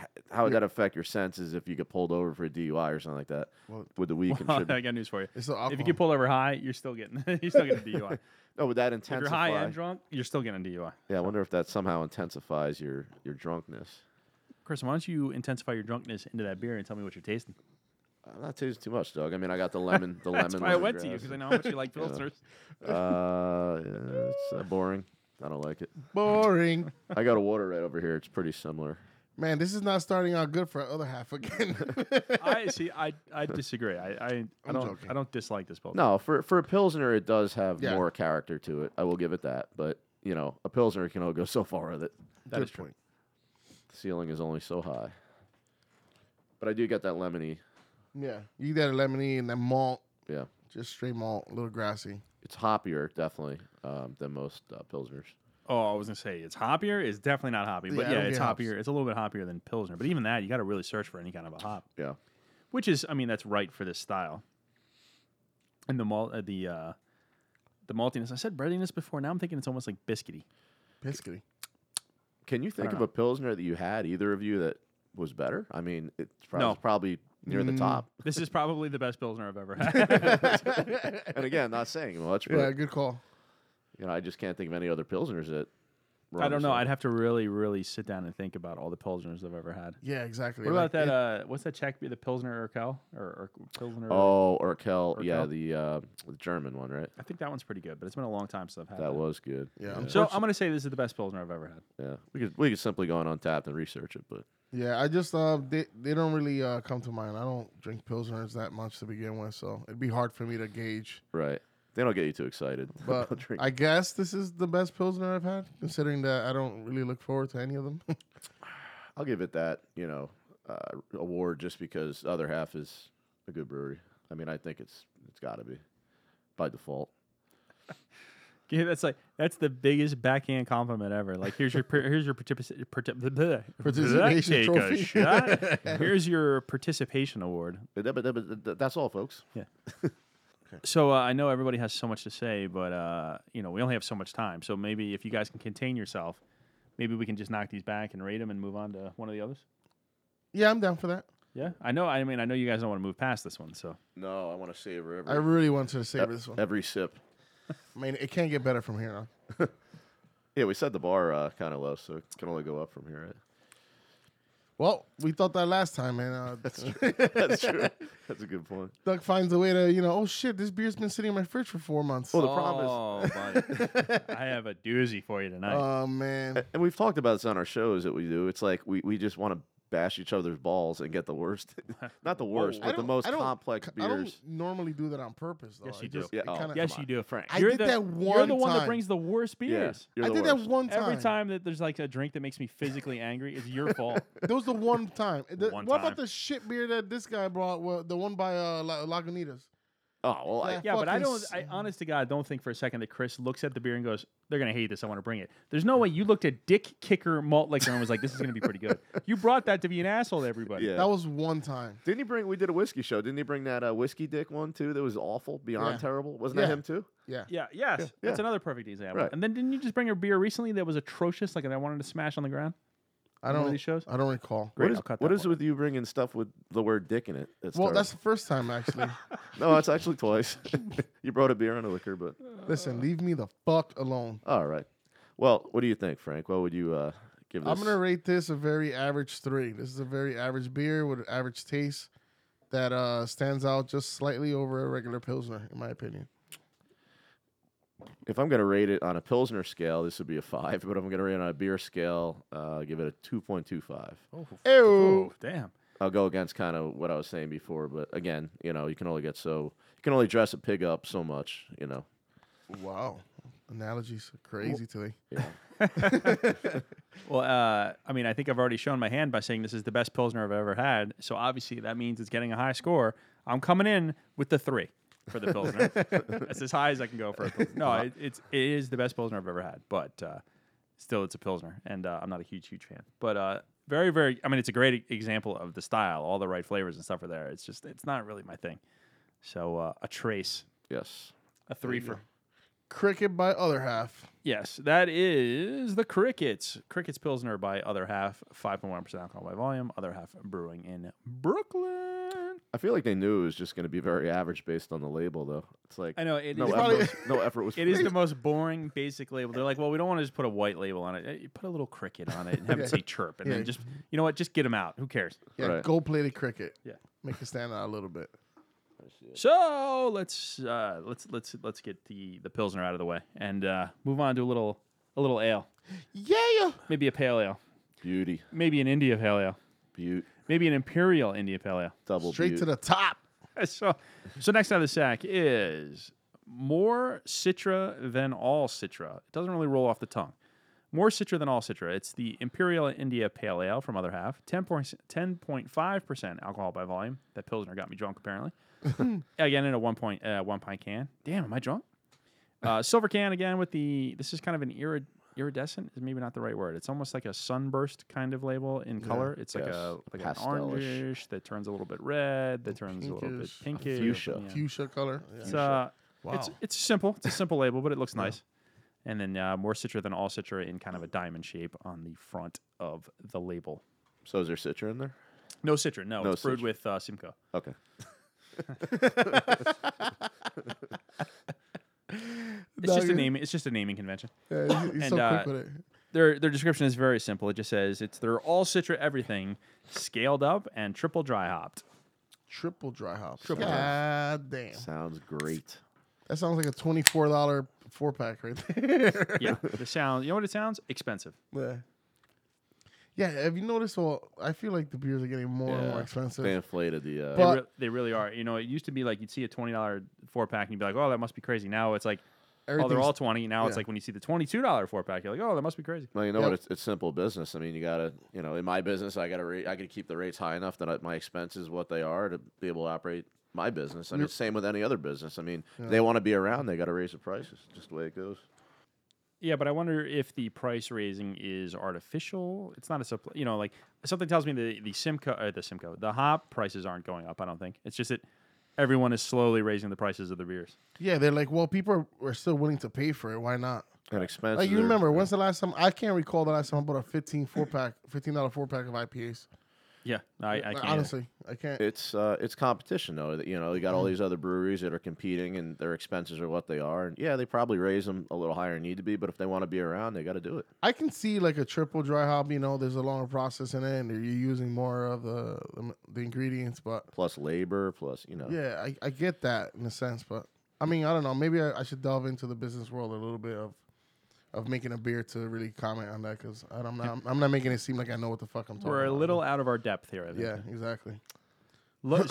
h- how would that affect your senses if you get pulled over for a DUI or something like that?
Well-
would the weed
Well, I
contribute?
got news for you.
It's the
If you
alcohol.
get pulled over high, you're still getting you're still getting a DUI. if
No, Oh, would that
you're
intensify?
high and drunk, you're still getting a DUI.
yeah, I wonder if that somehow intensifies your your drunkenness.
Chris, why don't you intensify your drunkenness into that beer and tell me what you're tasting?
I'm not tasting too much, Doug. I mean, I got the lemon. The
That's
lemon.
why I went to you
lemongrass.
because I know how much you like pilsners.
Uh, yeah, it's uh, boring. I don't like it.
Boring.
I got a water right over here. It's pretty similar.
Man, this is not starting out good for our other half again.
I see. I, I disagree. I I, I
I'm
don't
joking.
I don't dislike this pilsner.
No, for for a pilsner, it does have
Yeah.
more character to it. I will give it that. But you know, a pilsner can only go so far with it.
that is true.
The ceiling is only so high. But I do get that lemony.
Yeah. You got a lemony and that malt,
Yeah,
just straight malt, a little grassy.
it's hoppier definitely um, than most uh, pilsners.
Oh, I was gonna say it's hoppier. It's definitely not hoppy, but
Yeah, I
yeah,
don't
it's
get hops.
hoppier. It's a little bit hoppier than pilsner. But even that, you got to really search for any kind of a hop,
Yeah,
which is, I mean, that's right for this style. And the malt, uh, the uh, the maltiness. I said breadiness before. Now I'm thinking it's almost like biscuity.
Biscuity.
can you think
don't
of a pilsner that you had either of you that was better? I mean, it's prob-
No.
it's probably near the top.
This is probably the best pilsner I've ever had.
and again, not saying much, but
Yeah, good call.
you know, I just can't think of any other pilsners that. run
I don't
this
know.
up.
I'd have to really, really sit down and think about all the pilsners I've ever had.
Yeah, exactly.
What
Like,
about that?
it-
Uh, what's that Czech beer? The Pilsner Urquell or, or Pilsner?
Oh, Urkel, yeah,
Urquell?
the uh, the German one, right?
I think that one's pretty good, but it's been a long time since I've had
That was good.
Yeah, I'm
So I'm gonna say this is the best Pilsner I've ever had.
Yeah, we could we could simply go on untapped and research it, but
Yeah, I just uh, they they don't really uh, come to mind. I don't drink pilsners that much to begin with, so it'd be hard for me to gauge.
right, they don't get you too excited.
But
about drinking.
I guess this is the best pilsner I've had, considering that I don't really look forward to any of them.
I'll give it that you know uh, award just because the other half is a good brewery. I mean, I think it's it's got to be by default.
Yeah, that's like that's the biggest backhand compliment ever. Like here's your per- here's your partici- parti- bleh, bleh.
Participation
Take a
trophy.
shot. here's your participation award.
But that- but that- but that- That's all, folks.
So uh, I know everybody has so much to say, but uh, you know we only have so much time. So maybe if you guys can contain yourself, maybe we can just knock these back and rate them and move on to one of the others.
yeah, I'm down for that.
Yeah, I know. I mean, I know you guys don't want to move past this one, so
No, I want to savor
I
every
really want to savor
e-
this one.
every sip.
I mean, it can't get better from here on.
Yeah, we set the bar uh, kind of low, so it can only go up from here. Right?
Well, we thought that last time, man. Uh,
That's true. That's true. That's a good point.
Doug finds a way to, you know, oh shit, this beer's been sitting in my fridge for four months.
Well,
Oh,
the problem is,
Oh, buddy.
I have a doozy for you tonight.
Oh, man.
and we've talked about this on our shows that we do. It's like we, we just want to bash each other's balls and get the worst, not the worst,
I
but the
don't-
most
I don't-
complex
I
beers.
don't normally do that on purpose, though.
Yes,
I
you do.
just-
Yeah,
it
oh.
kinda-
yes, you
come on.
do it, Frank.
I
you're
did
the,
that
You're
one
the one that
time.
brings the worst
Yeah,
beers.
you're
I
the
did
worst.
that one time.
Every time that there's like a drink that makes me physically angry, it's your fault.
That was the one time. The-
One
what
time.
about the shit beer that this guy brought? Well, the one by uh, La- Lagunitas.
Oh well, I,
Yeah, but I
Fucking
don't.
s-
I honest to God, don't think for a second that Chris looks at the beer and goes, "They're gonna hate this. I want to bring it." There's no way you looked at Dick Kicker malt liquor and was like, "This is gonna be pretty good." You brought that to be an asshole to everybody.
yeah.
That was one time.
didn't he bring? We did a whiskey show. Didn't he bring that uh, whiskey dick one too? That was awful, beyond
Yeah.
terrible. Wasn't
Yeah.
that him too?
Yeah.
Yeah, yes, that's
yeah.
another perfect example.
Right.
And then didn't you just bring a beer recently that was atrocious, like that I wanted to smash on the ground?
I
One of
don't.
these shows?
I don't recall.
Great,
what is,
I'll cut
what
that
is
one.
with you bringing stuff with the word dick in it? That's
Well,
terrible.
that's the first time actually.
no, that's actually twice. you brought a beer and a liquor, but
Listen, leave me the fuck alone.
all right. Well, what do you think, Frank? What would you uh, give this?
I'm gonna rate this a very average three. This is a very average beer with an average taste that uh, stands out just slightly over a regular pilsner, in my opinion.
if I'm gonna rate it on a pilsner scale, this would be a five. But if I'm gonna rate it on a beer scale, uh, give it a two point two five.
Ew.
Oh, damn.
I'll go against kind of what I was saying before, but again, you know, you can only get so you can only dress a pig up so much, you know.
Wow, analogies are crazy today.
Well, uh, I mean, I think I've already shown my hand by saying this is the best pilsner I've ever had. So obviously that means it's getting a high score. I'm coming in with the three for the pilsner. That's as high as I can go for a pilsner. No, it, it's it is the best pilsner I've ever had, but uh, still, it's a pilsner, and uh, I'm not a huge huge fan. But uh, very very, I mean, it's a great e-, example of the style. All the right flavors and stuff are there. It's just it's not really my thing. So uh, a trace,
Yes.
a three for
Cricket by other half.
Yes, that is the Crickets. Crickets Pilsner by Other Half, 5.1% alcohol by volume. Other Half Brewing in Brooklyn.
I feel like they knew it was just gonna be very average based on the label though. It's like
I know it is.
no, effort,
probably-
was, no effort was
it is the most boring basic label. They're like, well, we don't want to just put a white label on it. Eh, You put a little cricket on it and have it say chirp, and
Yeah.
then just you know what, just get them out. Who cares?
Yeah,
Right.
gold plated cricket.
Yeah.
make it stand out a little bit.
So let's uh, let's let's let's get the the pilsner out of the way and uh, move on to a little a little ale,
Yeah.
maybe a pale ale,
beauty.
maybe an India pale ale,
Beauty
maybe an imperial India pale ale.
double
Straight
beaut.
to the top.
so, so next out of the sack is more citra than all citra. It doesn't really roll off the tongue. More citra than all citra. It's the Imperial India Pale Ale from Other Half, 10.5 percent alcohol by volume. That pilsner got me drunk apparently. again in a one point uh, one pint can. Damn, am I drunk? Uh, silver can again with the. This is kind of an irid, iridescent is maybe not the right word. It's almost like a sunburst kind of label in color. It's like
yes.
a like an
Pastelish.
orangish that turns a little bit red, that turns a little bit
pinkish.
pinkish.
Fuchsia.
Yeah.
Fuchsia color. Yeah.
It's uh, it's
Wow.
it's simple. It's a simple label, but it looks nice. And then uh, more citra than all citra in kind of a diamond shape on the front of the label.
So is there citra in there?
No citra. No,
No
it's brewed
citra.
with uh, Simcoe.
Okay.
It's just a
Dog-
naming. It's just a naming convention.
Yeah, he's, he's so
And,
quick
uh,
with it.
their their description is very simple. It just says it's they're all Citra everything, scaled up and triple dry hopped.
Triple dry hop.
Triple dry
God damn.
Sounds great.
That sounds like a twenty-four dollar four pack right there.
Yeah, the sound. You know what it sounds? Expensive.
yeah. Yeah. Have you noticed? Well, I feel like the beers are getting more and more
Yeah.
expensive.
Oh,
They inflated the uh,
They,
But-
re- they really are. You know, it used to be like you'd see a twenty dollar four pack and you'd be like, oh, that must be crazy. Now it's like, oh, they're
Everything's-
all twenty. Now
yeah.
it's like when you see the twenty two dollar four pack, you're like, oh, that must be crazy.
Well, you know
Yep.
what? It's, it's simple business. I mean, you gotta, you know, in my business, I gotta, re- I gotta keep the rates high enough that I, my expenses what they are to be able to operate my business. I mean, same with any other business. I mean, they want to be around, they gotta raise the prices. Just the way it goes.
Yeah, but I wonder if the price raising is artificial. It's not a supply. You know, like something tells me the the Simcoe or the Simcoe, the hop prices aren't going up. I don't think it's just that everyone is slowly raising the prices of the beers.
Yeah, they're like, well, people are, are still willing to pay for it. Why not?
And expenses.
Like you
are-
remember, when's the last time? I can't recall the last time I bought a 15 four pack, fifteen dollar four pack of IPAs.
Yeah, I, I can't. either.
Honestly, I can't.
It's uh, it's competition though. That you know, you got all
Mm-hmm.
these other breweries that are competing, and their expenses are what they are. And yeah, they probably raise them a little higher than need to be, but if they want to be around, they got to do it.
I can see like a triple dry hop. You know, there's a longer process in it, and you're using more of the the, the ingredients. But
Plus labor, plus you know,
yeah, I, I get that in a sense. But I mean, I don't know. Maybe I, I should delve into the business world a little bit of of making a beer to really comment on that because I'm not I'm not making it seem like I know what the fuck I'm talking.
We're a
about.
little out of our depth here. I think.
Yeah, exactly.
Look,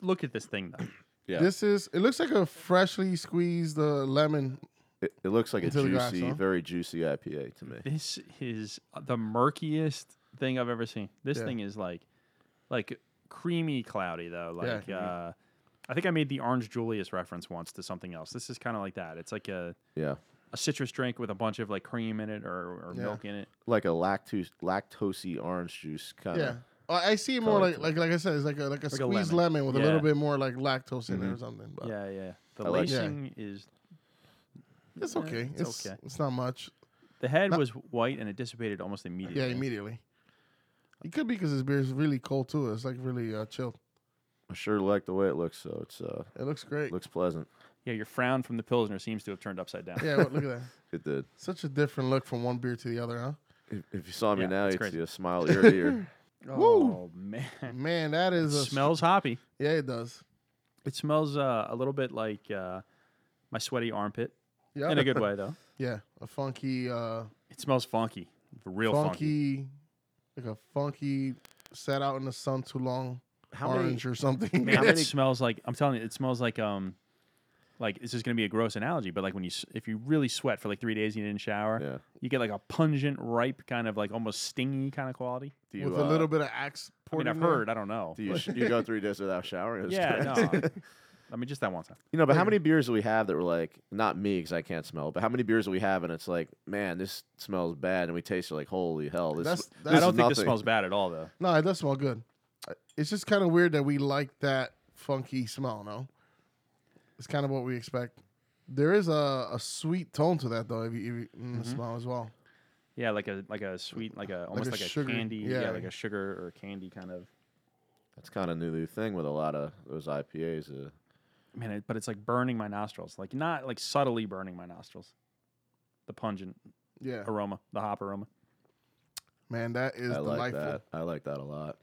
look at this thing though.
yeah.
This is. It looks like a freshly squeezed uh, lemon.
it, it looks like a
Into the
juicy,
glass, huh?
very juicy IPA to me.
This is the murkiest thing I've ever seen. This
Yeah.
thing is like, like creamy cloudy though. Like,
yeah.
uh, I think I made the orange Julius reference once to something else. This is kind of like that. It's like a,
Yeah,
a citrus drink with a bunch of like cream in it or, or
Yeah.
milk in it.
like a lactose lactosey orange juice
Uh-huh.
kind of.
Yeah. Oh, I I see it more
Color
like,
to
like like I said, it's like a like a
a
squeezed
lemon.
lemon. with a little
Yeah. Mm-hmm.
bit more like lactose in it or something. But
Yeah, yeah. The
I like-
Yeah.
lacing is
it's
Yeah,
okay.
it's
It's, it's
okay.
not much.
the head
Not-
was white and it dissipated almost immediately.
Yeah, immediately. It could be because this beer is really cold too. It's like really uh, chilled.
I sure like the way it looks. So it's uh,
It looks great.
looks pleasant.
Yeah, your frown from the pilsner seems to have turned upside down.
yeah, but look at that.
It did.
Such a different look from one beer to the other, huh?
If, if you saw me
Yeah,
now,
it's
you'd
crazy.
see a smile ear to ear.
Oh man,
Man, that
it
is a
smells hoppy.
Yeah, it does.
It smells uh, a little bit like uh, my sweaty armpit
Yeah,
in a good way though.
yeah, a funky, uh,
It smells funky, real funky.
funky, like a funky sat out in the sun too long
How
orange or something.
Man,
How
it
many-
smells like I'm telling you, it smells like um, like this is gonna be a gross analogy, but like when you s- if you really sweat for like three days and you didn't shower,
many? Yeah.
you get like a pungent, ripe kind of like almost stingy kind of quality.
Do you,
with a
uh,
little bit of axe.
I mean,
poured
I've
in there.
heard. I don't know.
Do you, sh- you go three days without showering?
Yeah, no. I mean, just that one time.
You know, but how many beers do we have that were like, not me because I can't smell, but how many beers do we have and it's like, man, this smells bad, and we taste it like, holy hell, this.
That's-
this
that's-
I
is
don't think this
nothing.
smells bad at all, though.
No, it does smell good. I- It's just kind of weird that we like that funky smell. No, it's kind of what we expect. There is a, a sweet tone to that though, if you, if you mm,
Mm-hmm.
smell as well.
Yeah, like a like a sweet, like a almost
a
like a,
sugar-
candy. Yeah.
yeah.
like a sugar or candy kind of.
That's kind of a new thing with a lot of those IPAs. Uh,
Man, it, but it's like burning my nostrils, like not like subtly burning my nostrils. The pungent
Yeah,
aroma, the hop aroma.
man, that is
I like
delightful.
that. I like that a lot.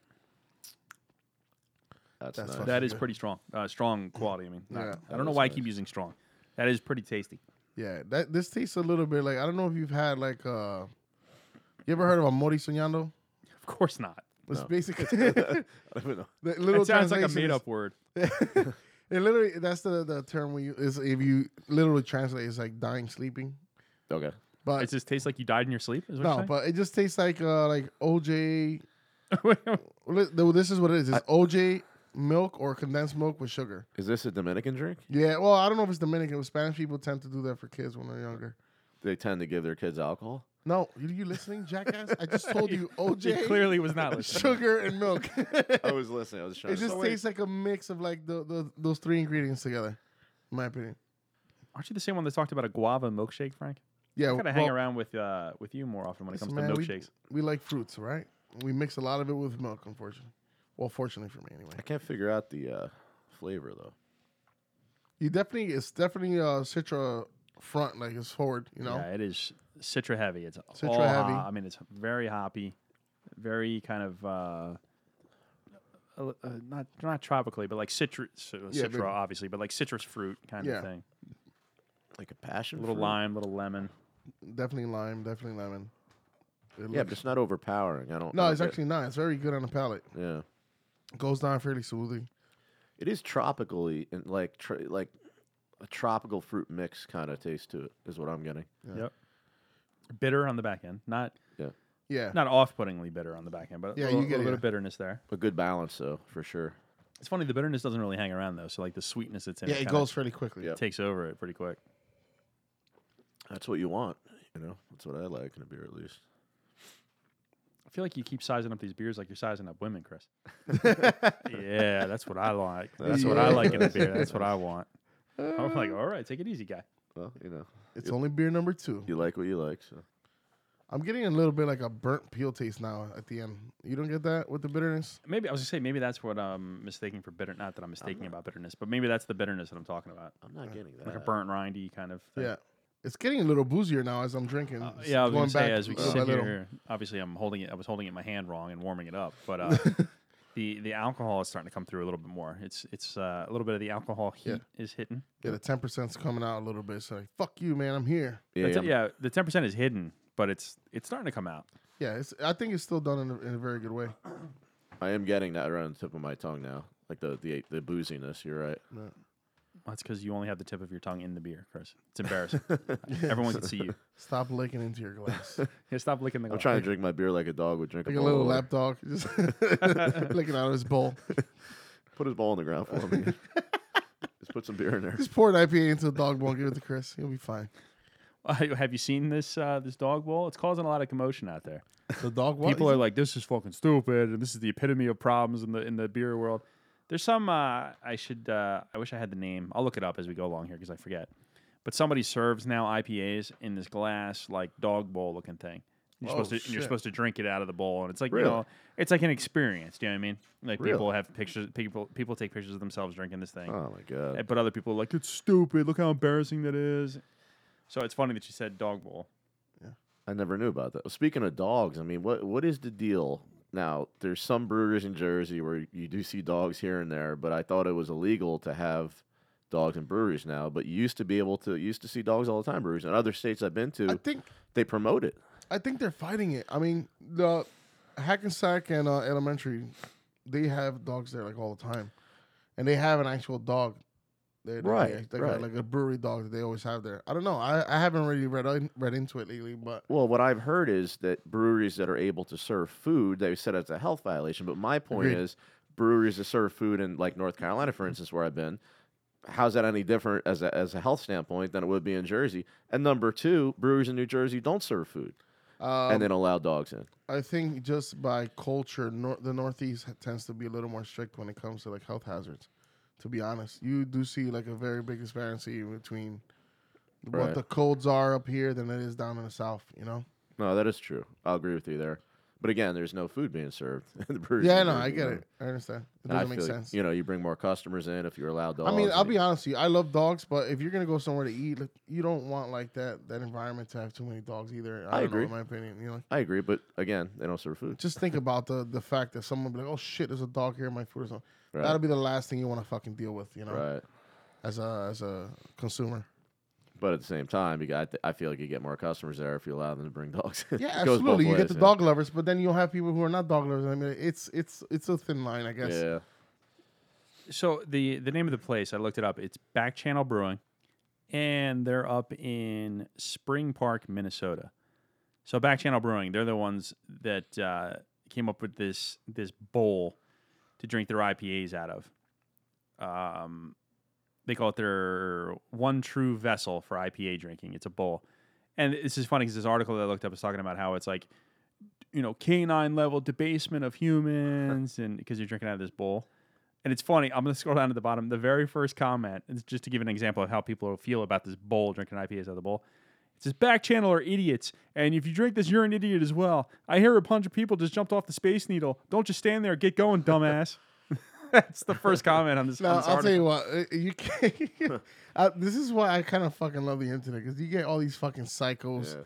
That's
That's, nice.
fucking-
That is
good.
pretty strong. Uh, strong quality. I mean, not-
Yeah.
I
That
don't know
is
why I
nice.
keep using strong. That is pretty tasty.
Yeah, that this tastes a little bit like I don't know if you've had like uh, you ever heard of a mori soñando?
Of course not.
It's
No.
basically
I don't even know.
the little
It sounds like a
translation is-
made up word.
it literally that's the, the term we use is if you literally translate it's like dying sleeping.
Okay.
But
It just tastes like you died in your sleep. Is what
no,
you're
but it just tastes like uh like OJ.
saying?
well, th- This is what it is. It's OJ milk or condensed milk with sugar.
Is this a Dominican drink?
Yeah, well, I don't know if it's Dominican. But Spanish people tend to do that for kids when they're younger.
They tend to give their kids alcohol.
No, you, you listening, jackass? I just told you
It
OJ
clearly was not listening.
sugar and milk.
I was listening. I was trying.
It just
to
tastes like a mix of like the, the those three ingredients together, in my opinion.
Aren't you the same one that talked about a guava milkshake, Frank?
Yeah,
I gotta
Oh, well,
hang around with uh, with you more often when it
listen,
comes to
man, we-
milkshakes.
We, like fruits, right? We mix a lot of it with milk, unfortunately. Well, fortunately for me, anyway.
I can't figure out the uh, flavor though.
You definitely, it's definitely uh, Citra front, like it's forward, you know.
Yeah, it is citra heavy. It's
Citra
all
heavy.
hop- I mean, it's very hoppy, very kind of uh, uh, uh, not not tropically, but like citrus, so
Yeah,
citra
but-
obviously, but like citrus fruit kind
Yeah.
of thing.
Like a passion.
A little
fruit?
lime, little lemon.
Definitely lime, definitely lemon. It
Yeah,
looks-
but it's not overpowering. I don't.
no,
I don't
it's
get-
actually not. It's very good on the palate.
Yeah,
Goes down fairly smoothly.
it is tropically and like tr like a tropical fruit mix kind of taste to it is what I'm getting.
Yep. Bitter on the back end, not
Yeah,
not off-puttingly bitter on the back end, but a
Yeah,
little,
you get
little bit
it, yeah.
of bitterness there.
A good balance though, for sure.
It's funny the bitterness doesn't really hang around though, so like the sweetness that's in
yeah,
it,
it
kinda
goes fairly quickly.
Yeah.
takes over it pretty quick.
That's what you want. You know, that's what I like in a beer at least.
I feel like you keep sizing up these beers like you're sizing up women, Chris. yeah, that's what I like. That's what I like in a beer. That's what I want. I'm
Mm.
like, all right, take it easy, guy.
Well, you know,
It's only beer number two.
you like what you like. So
I'm getting a little bit like a burnt peel taste now at the end. You don't get that with the bitterness.
Maybe I was gonna say maybe that's what I'm mistaking for bitter. Not that I'm
Uh-huh.
mistaking about bitterness, but maybe that's the bitterness that I'm talking about,
I'm not getting that.
like a burnt rindy kind of. Thing.
Yeah, it's getting a little boozier now as I'm drinking.
Uh,
It's
yeah, I was
going
gonna say
back
as we
little by
sit
little.
here, obviously I'm holding it. I was holding it in my hand wrong and warming it up, but uh, the the alcohol is starting to come through a little bit more. It's it's uh, a little bit of the alcohol heat
Yeah.
is hitting.
Yeah, the ten percent's coming out a little bit. So like, fuck you, man. I'm here.
Yeah,
The te-
I'm-
yeah, the ten percent is hidden, but it's it's starting to come out.
Yeah, it's, I think it's still done in a, in a very good way.
I am getting that around the tip of my tongue now. Like the the the booziness. You're right.
Yeah.
That's because you only have the tip of your tongue in the beer, Chris. It's embarrassing. Everyone can see you.
Stop licking into your glass.
Yeah, stop licking the.
I'm
glass.
trying to drink my beer like a dog would drink
like
a,
a little
bowl of water.
lap dog, just licking out of his bowl.
Put his ball on the ground for me. Just put some beer in there.
Just pour an IPA into the dog bowl. and Give it to Chris. He'll be fine.
Uh, have you seen this uh, this dog bowl? It's causing a lot of commotion out there.
The dog what?
People are like, "This is fucking stupid," and this is the epitome of problems in the in the beer world. There's some uh, I should uh, I wish I had the name. I'll look it up as we go along here because I forget. But somebody serves now IPAs in this glass like dog bowl looking thing. You're
Oh,
supposed to and you're
shit.
supposed to drink it out of the bowl, and it's like
Really?
you know, it's like an experience. Do you know what I mean? Like people
Really?
have pictures. People people take pictures of themselves drinking this thing.
Oh my god.
Uh, But other people are like, it's stupid. Look how embarrassing that is. So it's funny that you said dog bowl.
I never knew about that. Speaking of dogs, I mean, what what is the deal now? There's some breweries in Jersey where you do see dogs here and there, but I thought it was illegal to have dogs in breweries now. But you used to be able to you used to see dogs all the time in breweries. In other states I've been to,
I think
they promote it.
I think they're fighting it. I mean, the Hackensack and uh, Elementary, they have dogs there like all the time, and they have an actual dog. They, they-
Right,
they
right.
got like a brewery dog that they always have there. I don't know. I, I haven't really read in- read into it lately, but
Well, what I've heard is that breweries that are able to serve food, they said it's a health violation. But my point
Agreed.
is, breweries that serve food in like North Carolina, for instance, where I've been, how's that any different as a, as a health standpoint than it would be in Jersey? And number two, breweries in New Jersey don't serve food
um,
and they don't allow dogs in.
I think just by culture, nor- the Northeast ha- tends to be a little more strict when it comes to like health hazards. To be honest, you do see like a very big disparity between
Right.
what the codes are up here than it is down in the South. You know.
No, that is true. I'll agree with you there. But again, there's no food being served. in the breweries
yeah,
in
no, I
Jersey,
get
you know.
it. I understand. It
And I
doesn't make
feel like,
sense.
You know, you bring more customers in if you allow dogs.
I mean, I'll
and-
be honest with you. I love dogs, but if you're gonna go somewhere to eat, like, you don't want like that that environment to have too many dogs either. I,
I
don't
agree.
Know, in my opinion, you know,
I agree, but again, they don't serve food.
just think about the the fact that someone be like, "Oh shit, there's a dog here in my food or something."
Right.
That'll be the last thing you want to fucking deal with, you know,
Right.
as a as a consumer.
But at the same time, you got I feel like you get more customers there if you allow them to bring dogs. in.
Yeah,
It goes both
absolutely. You get
ways,
the
yeah.
dog lovers, but then you'll have people who are not dog lovers. I mean, it's it's it's a thin line, I guess.
Yeah,
So the the name of the place I looked it up. It's Back Channel Brewing, and they're up in Spring Park, Minnesota. So Back Channel Brewing, they're the ones that uh, came up with this this bowl to drink their IPAs out of. Um, they call it their one true vessel for IPA drinking. It's a bowl, and this is funny because this article that I looked up was talking about how it's like, you know, canine level debasement of humans, and because you're drinking out of this bowl. And it's funny. I'm gonna scroll down to the bottom. The very first comment is just to give an example of how people feel about this bowl drinking IPAs out of the bowl. It says back channel are idiots, and if you drink this, you're an idiot as well. I hear a bunch of people just jumped off the space needle. Don't just stand there. Get going, dumbass. That's the first comment on this.
No,
on
I'll
this
tell
article.
you what. uh, You can uh, This is why I kind of fucking love the internet because you get all these fucking psychos.
Yeah.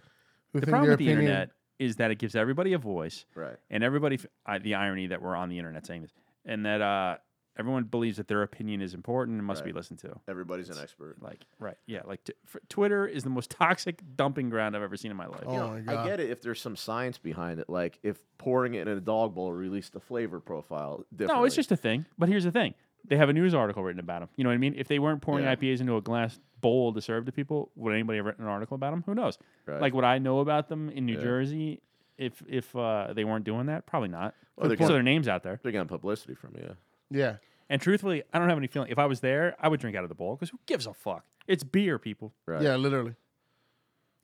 who
The
think
problem
their
with the
opinion-
internet is that it gives everybody a voice,
right.
and everybody. f- I, the irony that we're on the internet saying this, and that uh, everyone believes that their opinion is important and must be
Right.
listened to.
Everybody's an expert.
Like, right? Yeah. Like, t- f- Twitter is the most toxic dumping ground I've ever seen in my life.
Oh my god!
I get it if there's some science behind it, like if pouring it in a dog bowl released the flavor profile.
No,
differently.
it's just a thing. But here's the thing: they have a news article written about them. You know what I mean? If they weren't pouring
Yeah.
IPAs into a glass bowl to serve to people, would anybody have written an article about them? Who knows?
Right.
Like, would I know about them in New
Yeah.
Jersey if if uh, they weren't doing that? Probably not.
Well, they're
so
gonna-
their names out there.
they're getting publicity from you.
Yeah,
And truthfully, I don't have any feeling. If I was there, I would drink out of the bowl because who gives a fuck? It's beer, people.
Right.
yeah, literally.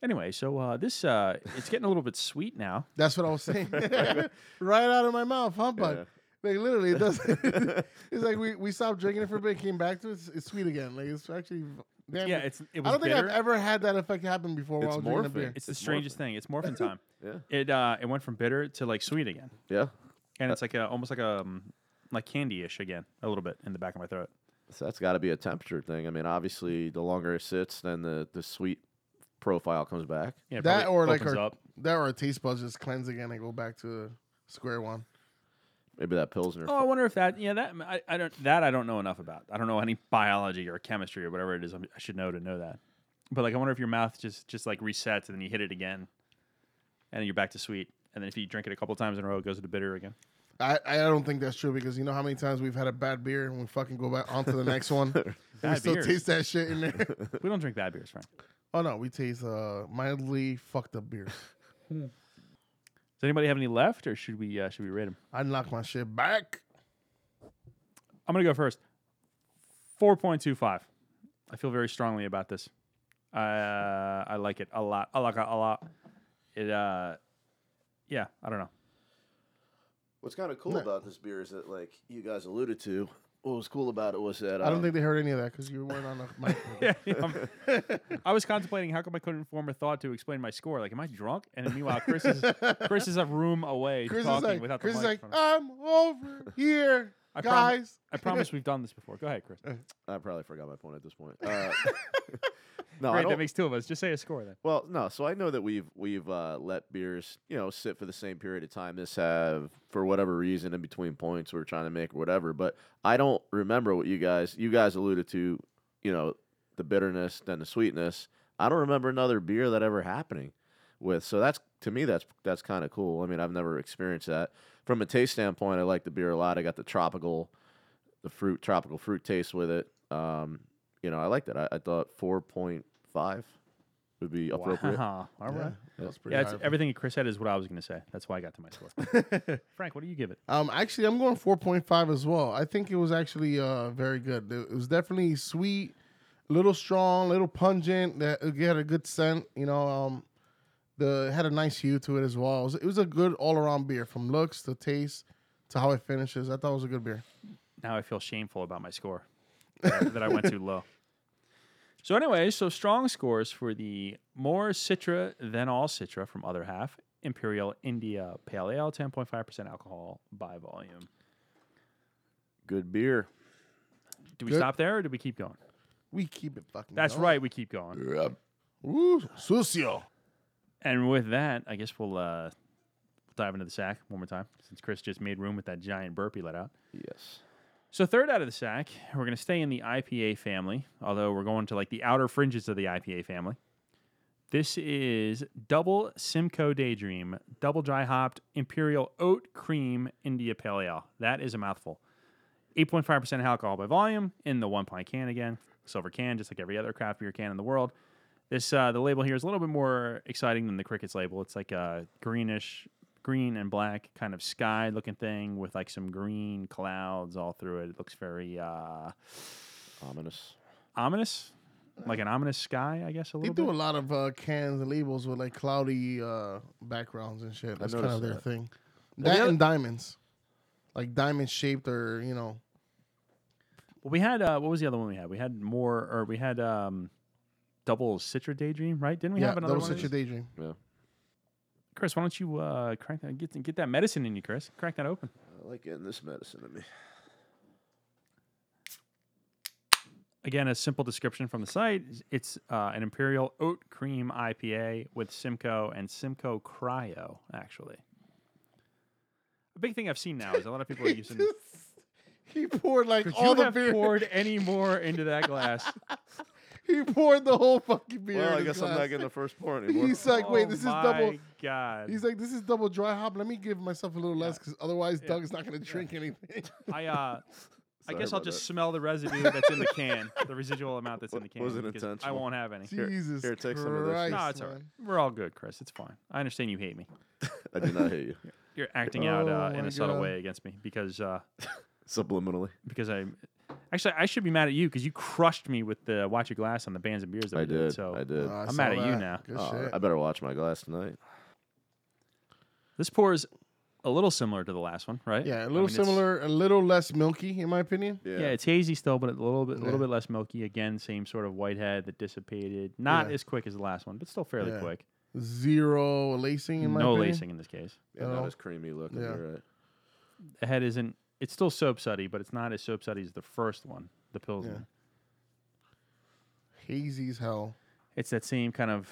Anyway, so uh, this uh, it's getting a little bit sweet now.
That's what I was saying. right out of my mouth, huh, bud? Like literally, it does. it's like we, we stopped drinking it for a bit, came back to it. It's, it's sweet again. Like it's actually Damn
yeah,
it.
it's it was
I don't think
bitter.
I've ever had that effect happen before
It's
while drinking a
morphine.
beer.
it's the
It's
strangest
morphine.
thing. It's morphin time.
Yeah.
It uh it went from bitter to like sweet again.
Yeah.
And
Uh,
it's like a, almost like a um, like candy-ish again, a little bit in the back of my throat.
So that's got to be a temperature thing. I mean, obviously, the longer it sits, then the, the sweet profile comes back.
Yeah, it
That
probably
or like
opens
our
up.
that or our taste buds just cleanse again and go back to square one.
Maybe that Pilsner.
Oh, I wonder if that. Yeah, that I, I don't. That I don't know enough about. I don't know any biology or chemistry or whatever it is. I'm- I should know to know that. But like, I wonder if your mouth just just like resets and then you hit it again, and then you're back to sweet. And then if you drink it a couple times in a row, it goes to bitter again.
I, I don't think that's true because you know how many times we've had a bad beer and we fucking go back onto the next one and we
Bad
still
beers.
taste that shit in there.
we don't drink bad beers, Frank. Does
oh no, we taste uh mildly fucked up beers.
anybody have any left, or should we uh, should we rate them?
I knock my shit back.
I'm gonna go first. Four point two five. I feel very strongly about this. Uh, I like it a lot. I like it a lot. It. Uh, yeah, I don't know.
What's kind of cool about this beer is that, like you guys alluded to, what was cool about it was that um,
I don't think they heard any of that because you weren't on the mic.
Yeah, I'm- I was contemplating how come I couldn't form a thought to explain my score. Like, am I drunk? And then meanwhile, Chris is Chris is a room away
Chris is
talking
like,
without
Chris
the
is
mic.
like
in front of him.
I'm over here,
I promise-
guys.
I promise we've done this before. Go ahead, Chris.
I probably forgot my point at this point. Uh, no, I
Right, that
don't,
makes two of us. Just say a score then.
Well, no. So I know that we've we've uh, let beers you know sit for the same period of time. This have for whatever reason in between points we are trying to make or whatever. But I don't remember what you guys you guys alluded to. You know the bitterness then the sweetness. I don't remember another beer that ever happening with. So that's to me that's that's kind of cool. I mean I've never experienced that. From a taste standpoint, I like the beer a lot. I got the tropical, the fruit tropical fruit taste with it. Um, you know I liked it. I, I thought four point five would be appropriate.
Wow. All
Yeah,
right.
that's pretty.
Yeah, it's,
high.
everything that Chris said is what I was going to say. That's why I got to my score. Frank, what do you give it?
Um, actually, I'm going 4.5 as well. I think it was actually uh very good. It was definitely sweet, little strong, little pungent. That it had a good scent. You know, um, the it had a nice hue to it as well. It was, it was a good all around beer from looks to taste to how it finishes. I thought it was a good beer.
Now I feel shameful about my score uh, that I- that I went too low. So anyway, so strong scores for the more Citra than all Citra from other half Imperial India Pale Ale, ten point five percent alcohol by volume.
Good beer.
Do we
Good.
stop there or do we keep going?
We keep it fucking.
That's
going.
right, we keep going.
Woo, sucio.
And with that, I guess we'll uh, dive into the sack one more time since Chris just made room with that giant burp he let out.
Yes.
So third out of the sack, we're going to stay in the IPA family, although we're going to like the outer fringes of the IPA family. This is double Simcoe Daydream, double dry hopped Imperial Oat Cream India Pale Ale. That is a mouthful. 8.5% alcohol by volume in the one pint can again, silver can, just like every other craft beer can in the world. This uh, the label here is a little bit more exciting than the Crickets label. It's like a greenish, green and black kind of sky looking thing with like some green clouds all through it. It looks very uh,
Ominous.
ominous, like an ominous sky, I guess. A
They
little
do a
bit.
lot of uh, cans and labels with like cloudy uh, backgrounds and shit. That's kind of
noticed
their
that.
thing.
the
That
other-
and diamonds, like diamond shaped or you know.
Well, we had uh, what was the other one we had? We had more, or we had um, double Citra Daydream, right? Didn't we
yeah,
have another
that
one?
was
of
such a
these?
daydream.
Chris, why don't you uh, crack that, get get that medicine in you, Chris? Crack that open.
I like getting this medicine to me.
Again, a simple description from the site. It's uh, an Imperial Oat Cream IPA with Simcoe and Simcoe Cryo, actually. A big thing I've seen now is a lot of people are using. Could
He poured like
you
all the
have
beer.
poured any more into that glass?
He poured the whole fucking beer.
Well,
in
I
his
guess I'm not
glass.
getting the first pour anymore.
He's like, wait,
Oh
this is
my
double.
God.
He's like, this is double dry hop. Let me give myself a little less because otherwise Doug's not gonna drink anything.
I uh, I
Sorry
guess I'll
about
just
that.
smell the residue that's in the can, the residual amount that's in the can.
Wasn't
because I
intentional.
won't have any.
Jesus
here, take some of this.
Christ,
No, it's all
man.
right. We're all good, Chris. It's fine. I understand you hate me.
I did not hit you
You're acting out uh,
Oh
in
my
a subtle
God.
way against me because uh,
subliminally.
because I actually I should be mad at you because you crushed me with the watch your glass on the bands and beers that
I
we did.
did.
So
I did. Uh,
Oh, I
Uh, I'm mad
saw
at you Uh,
that.
now.
Good
Oh,
shit.
I better watch my glass tonight.
this pours a little similar to the last one, right?
Yeah,
I
a little
mean, it's-
similar, a little less milky, in my opinion.
Yeah.
Yeah. it's hazy still, but a little bit, a
Yeah.
little bit less milky. Again, same sort of white head that dissipated. Not
Yeah.
as quick as the last one, but still fairly
Yeah.
quick.
Zero lacing, in my
No
opinion.
lacing in this case.
Yeah,
at
not
all.
as creamy looking.
Yeah.
You're right.
The head isn't. It's still soap suddy, but it's not as soap suddy as the first one, the pills.
Yeah. Hazy as hell.
It's that same kind of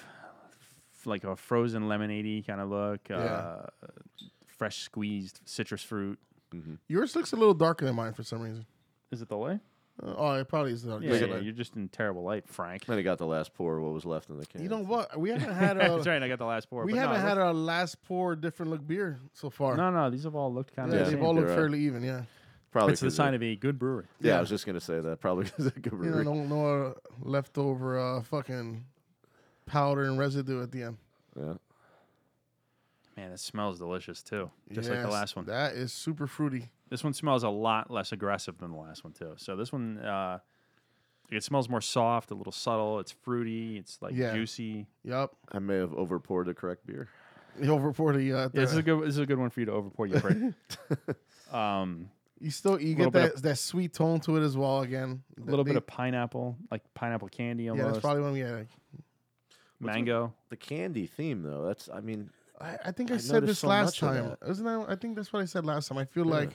f- like a frozen lemonade kind of look. Uh, fresh squeezed citrus fruit.
Yours looks a little darker than mine for some reason.
Is it the light?
Uh, oh, it probably is.
Yeah,
Darker,
yeah,
at
yeah,
you
you're just in terrible light, Frank.
Then he got the last pour, what was left in the can.
know what? We haven't had
That's
a
right. I got the last pour.
we
but no,
haven't
it
had our last pour different look beer so far.
looked- No, no, these have all looked kind of.
yeah,
the
they've
same.
all
You're
looked
right.
fairly even. Yeah,
Probably
It's the
'cause
sign
it-
of a good brewery.
Yeah,
yeah.
I was just gonna say that. Probably because of
you know,
Gabri.
no, no uh, leftover uh, fucking powder and residue at the end.
Yeah.
Man, it smells delicious too. Just like the
Yes,
last one.
That is super fruity.
This one smells a lot less aggressive than the last one too. So this one, uh, it smells more soft, a little subtle. It's fruity. It's like
Yeah.
juicy.
Yup.
I may have over poured the correct beer.
Over forty. Uh,
Yeah, this is a
there.
good. This is a good one for you to overpour your brain. um,
you still you
little
get
bit
that that sweet tone to it as well. Again,
a little bit
They-
of pineapple, like pineapple candy
yeah.
almost.
That's probably when we had.
mango.
The candy theme though. That's I mean
I, I think I,
I
said
noticed
this
so
last
much of
time. Isn't that? I think that's what I said last time. I feel like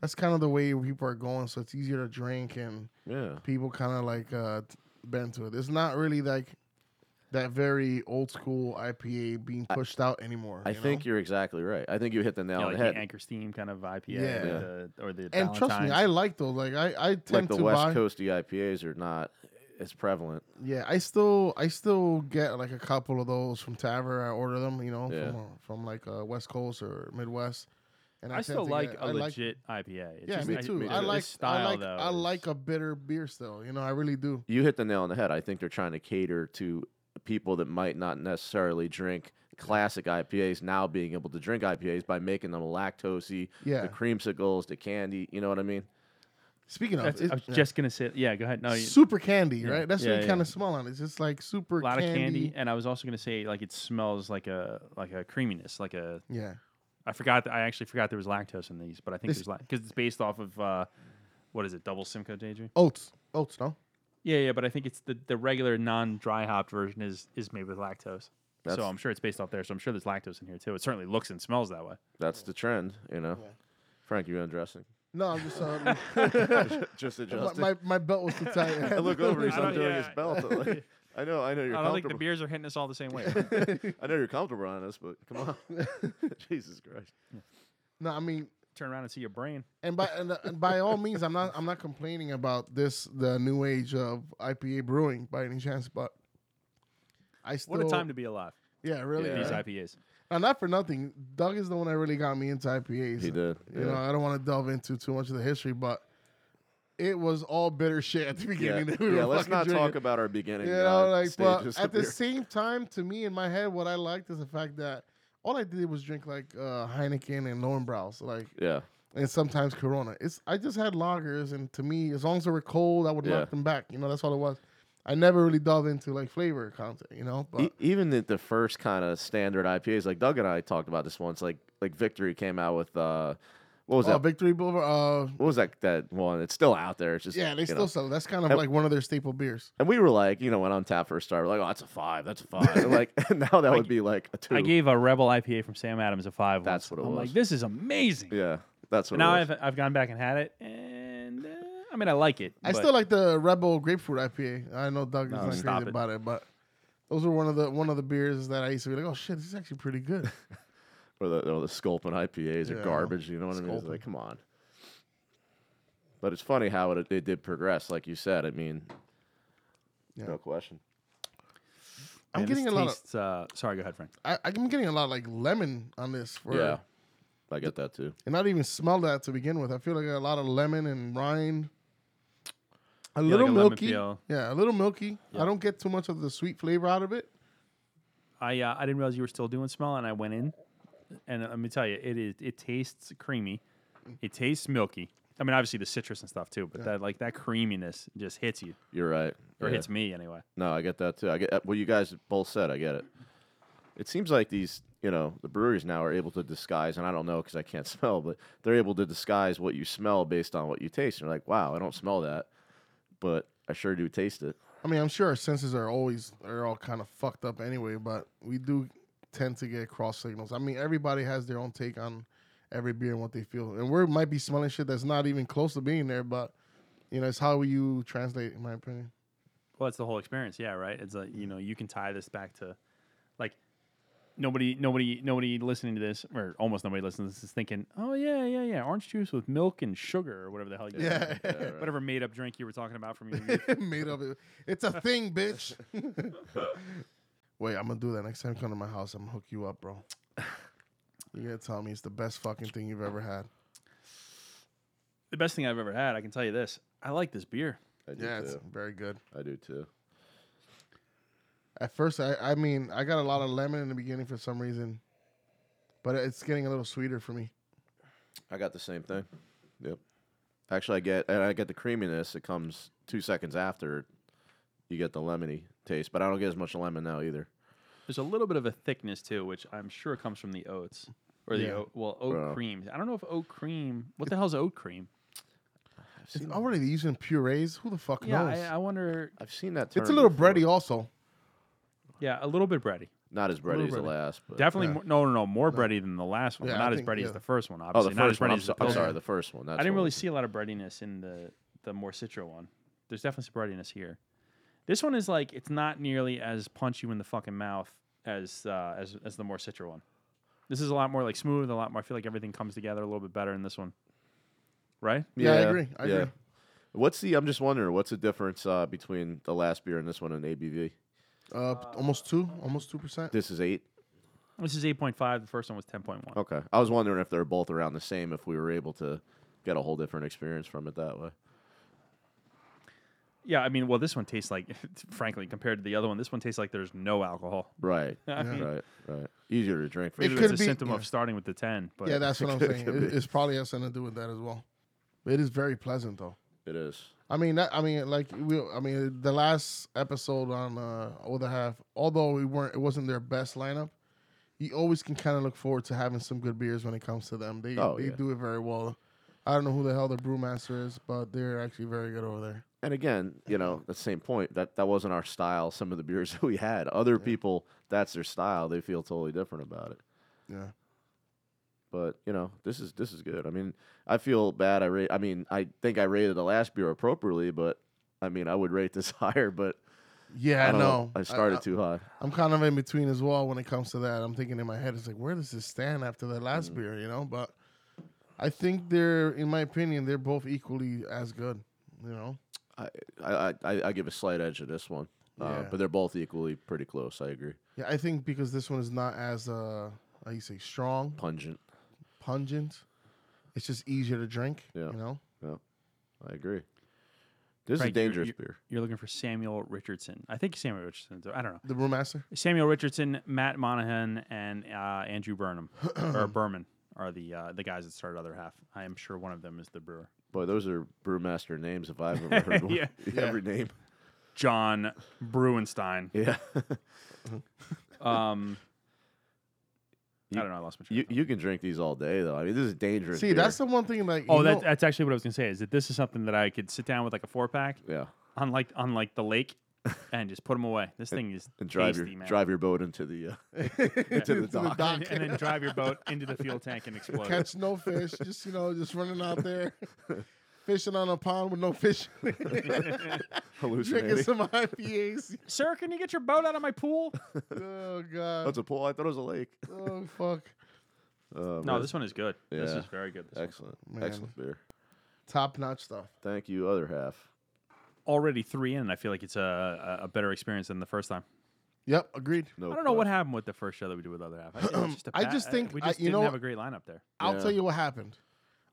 that's kind of the way people are going, so it's easier to drink and
yeah.
people kind of like uh t- bend to it. It's not really like that very old school IPA being pushed out anymore.
I
you know?
think you're exactly right. I think you hit the nail
Yeah,
on
like
the head.
the Anchor Steam kind of IPA,
Yeah.
or the, or the
and trust me,
Valentine's.
I like those. Like I, I tend
like the
to
West
buy.
Coast E IPAs are not as prevalent.
Yeah, I still, I still get like a couple of those from Taver. I order them, you know,
Yeah.
from uh, from like uh, West Coast or Midwest. And
I,
tend
still
to
like
get-
a
I
legit IPA. It's
Yeah,
just-
me
I-
too.
me
I
too.
this
like I
style
like
though.
I
is-
like a bitter beer still. You know, I really do.
You hit the nail on the head. I think they're trying to cater to people that might not necessarily drink classic IPAs now being able to drink IPAs by making them lactosey,
Yeah.
the creamsicles, the candy, you know what I mean?
Speaking of,
That's-
it-
I was
yeah.
just gonna say. Yeah, go ahead. No, you,
super candy, right? That's
Yeah,
what you
yeah.
kind of smell on. it. It's just like super
a lot
candy.
of candy, and I was also gonna say like it smells like a like a creaminess, like a
Yeah,
I forgot I actually forgot there was lactose in these, but I think
This-
there's because it's based off of uh, what is it, double Simcoe Daydream?
oats, oats. No,
Yeah, yeah, but I think it's the, the regular non dry hopped version is is made with lactose. so
That's-
I'm sure it's based off there. So I'm sure there's lactose in here too. It certainly looks and smells that way.
That's the trend, you know.
Yeah.
Frank, you undressing?
no. I'm just um,
Just
my,
adjusting.
my my belt was too tight.
I look over, he's
I don't-
undoing
yeah.
his belt. I'm like, I know, I know you're
I don't think the
comfortable.
beers are hitting us all the same way.
I know you're comfortable on this, but come on, Jesus Christ!
No, I mean,
Turn around and see your brain.
and by and, uh, and by all means, I'm not I'm not complaining about this the new age of IPA brewing by any chance, but I still
What a time to be alive.
yeah really
Yeah.
These
right?
IPAs.
Now, not for nothing. Doug is the one that really got me into IPAs.
He did,
You
yeah.
know, I don't want to delve into too much of the history, but it was all bitter shit at the
Yeah,
beginning. that we were
yeah let's
fucking
not
drinking.
talk about our beginning.
You know,
uh,
like,
stages
but
of
at the
beer.
same time, to me in my head, what I liked is the fact that all I did was drink like uh, Heineken and Nornbraus, like,
yeah,
and sometimes Corona. It's I just had lagers, and to me, as long as they were cold, I would
Yeah.
knock them back. You know, that's all it was. I never really delved into like flavor content. You know, but
E- even the, the first kind of standard IPAs, like Doug and I talked about this once. Like like Victory came out with uh, what was
oh,
that?
Victory Boulevard. Uh,
what was that that one? It's still out there. It's just
yeah, they
you
still
know.
sell. it. That's kind of
Have-
like one of their staple beers.
And we were like, you know, when on tap first started, we're like, oh, that's a five, that's a five. And like and now that would be like a two.
I gave a Rebel IPA from Sam Adams a five.
That's
once.
what it
I'm
was.
Like this is amazing.
yeah, that's what.
But now
it was.
I've I've gone back and had it, and uh, I mean I like it.
I
but
still like the Rebel Grapefruit IPA. I know Doug is not
stop it.
crazy about it, but those were one of the one of the beers that I used to be like, oh shit, this is actually pretty good.
or the, or the Sculpin IPAs are
Yeah,
garbage. You know what I mean? It's
Sculpin.
like, come on. But it's funny how it, it did progress, like you said. I mean,
Yeah.
no question.
I'm
man,
getting a
this
lot of
tastes, uh, sorry, go ahead, Frank.
I, I'm getting a lot of like lemon on this for
Yeah, I get that too.
and not even smell that to begin with. I feel like a lot of lemon and rind. A little
like a lemon
milky.
peel.
Yeah, a little milky. I don't get too much of the sweet flavor out of it.
I uh, I didn't realize you were still doing smell, and I went in, and let me tell you, it is it tastes creamy, it tastes milky. I mean, obviously the citrus and stuff too, but that like that creaminess just hits you
You're right.
or
Yeah.
hits me anyway.
uh, No, I get that too. I get what you guys both said. I get it. It seems like these you know the breweries now are able to disguise, and I don't know because I can't smell, but they're able to disguise what you smell based on what you taste. And you're like, wow, I don't smell that, but I sure do taste it.
I mean, I'm sure our senses are always are all kind of fucked up anyway, but we do tend to get cross signals. I mean, everybody has their own take on every beer and what they feel, and we might be smelling shit that's not even close to being there, but you know, it's how you translate, in my opinion.
Well, it's the whole experience, yeah, right. It's like
Mm-hmm.
you know you can tie this back to, like, nobody, nobody, nobody listening to this, or almost nobody listening to this, is thinking, oh yeah, yeah, yeah, orange juice with milk and sugar or whatever the hell, you
Yeah.
whatever made up drink you were talking about from your youth.
Made up. it- It's a thing, bitch. Wait, I'm gonna do that next time. you Come to my house. I'm gonna hook you up, bro. You gotta tell me it's the best fucking thing you've ever had.
the best thing I've ever had. I can tell you this. I like this beer.
I do
Yeah, it's
too.
very good.
I do too.
At first, I, I mean, I got a lot of lemon in the beginning for some reason, but it's getting a little sweeter for me.
I got the same thing. Yep. Actually, I get and I get the creaminess. It comes two seconds after you get the lemony taste, but I don't get as much lemon now either.
There's a little bit of a thickness too, which I'm sure comes from the oats or the
Yeah.
oat, well oat
Bro.
cream. I don't know if oat cream. What the hell's oat cream?
I've
It's
seen,
already using purees. Who the fuck
Yeah,
knows?
I, uh, I wonder.
I've seen that.
it's a
term
little
before.
bready, also.
Yeah, a little bit bready.
Not as
little
bready as the
bready.
last, but
Definitely
yeah.
more, no, no, no, more bready than the last one.
Yeah,
but
I
not as
think-
bready
yeah.
as the first one.
oh, the
Obviously, not as
first one.
bready
I'm,
as the
so- I'm
Pilsner.
sorry, the first one. That's
I didn't
what-
really see a lot of breadiness in the the more citra one. There's definitely some breadiness here. This one is like it's not nearly as punch you in the fucking mouth as uh, as as the more citra one. This is a lot more like smooth, a lot more. I feel like everything comes together a little bit better in this one, right?
Yeah, I agree, I agree.
What's the? I'm just wondering. What's the difference uh, between the last beer and this one in ABV?
Uh, almost two, almost two percent.
This is eight.
This is 8.5. The first one was 10.1.
Okay. I was wondering if they're both around the same. If we were able to get a whole different experience from it that way.
Yeah, I mean, well, this one tastes like, frankly, compared to the other one, this one tastes like there's no alcohol.
Right.
I mean,
Right. Right. Easier to drink for
It
sure.
Maybe it's a
could be-
symptom
yeah.
of starting with the 10. But
Yeah, that's what I'm saying.
Could
It,
be.
it's probably has something to do with that as well. It is very pleasant though.
It is.
I mean, that, I mean, like we, I mean, the last episode on uh, all the half, although we weren't, it wasn't their best lineup. You always can kind of look forward to having some good beers when it comes to them. They
Oh,
they
yeah.
do it very well. I don't know who the hell the brewmaster is, but they're actually very good over there.
And again, you know, the same point that that wasn't our style. Some of the beers that we had, other people, that's their style. They feel totally different about it.
Yeah,
But you know, this is this is good. I mean, I feel bad. I rate. I mean, I think I rated the last beer appropriately, but I mean, I would rate this higher. But
yeah, I
don't
know.
I started
I,
too high.
I'm kind of in between as well when it comes to that. I'm thinking in my head, it's like, where does this stand after the last
Mm.
beer? You know, but I think they're, in my opinion, they're both equally as good. You know.
I I, I, I give a slight edge to this one, uh,
Yeah.
but they're both equally pretty close. I agree.
Yeah, I think because this one is not as uh, how you say, strong,
Pungent.
pungent. It's just easier to drink.
Yeah.
You know.
I agree.
Frank,
This is a
you're-
dangerous beer.
you're looking for Samuel Richardson. I think Samuel Richardson. I don't know.
The brewmaster.
Samuel Richardson, Matt Monahan, and uh, Andrew Burnham or Berman are the uh, the guys that started other half. I am sure one of them is the brewer,
Boy, those are brewmaster names. If I've ever heard one,
Yeah.
every name.
John Bruenstein.
Yeah.
Um,
You-
I don't know. I lost my train.
You
of thought.
you can drink these all day though. I mean, this is dangerous.
See,
beer.
that's the one thing like.
oh,
you
that,
know-
that's actually what I was gonna say. Is that this is something that I could sit down with like a four pack,
yeah.
unlike unlike the lake, and just put them away. This thing is
And drive
tasty,
your
man.
drive your boat into the uh, into the
Into the
dock.
dock.
and, and then drive your boat into the fuel tank and explode.
catch no fish. just you know, just running out there, fishing on a pond with no fish.
hallucinating.
Drinking some IPAs.
Sir, can you get your boat out of my pool?
Oh god.
That's a pool. I thought it was a lake.
Oh fuck.
Uh,
No,
man,
this one is good. This
Yeah.
is very good. This one's
excellent,
Man.
excellent beer.
Top notch stuff.
Thank you, other half.
already three in, and I feel like it's a, a a better experience than the first time.
Yep. Agreed.
No,
I don't know what
question.
happened with the first show that we did with other half. I, it was just, a
I
ba-
just think,
we
I-
just
you
didn't
know-
have a great lineup there,
I'll
Yeah.
tell you what happened.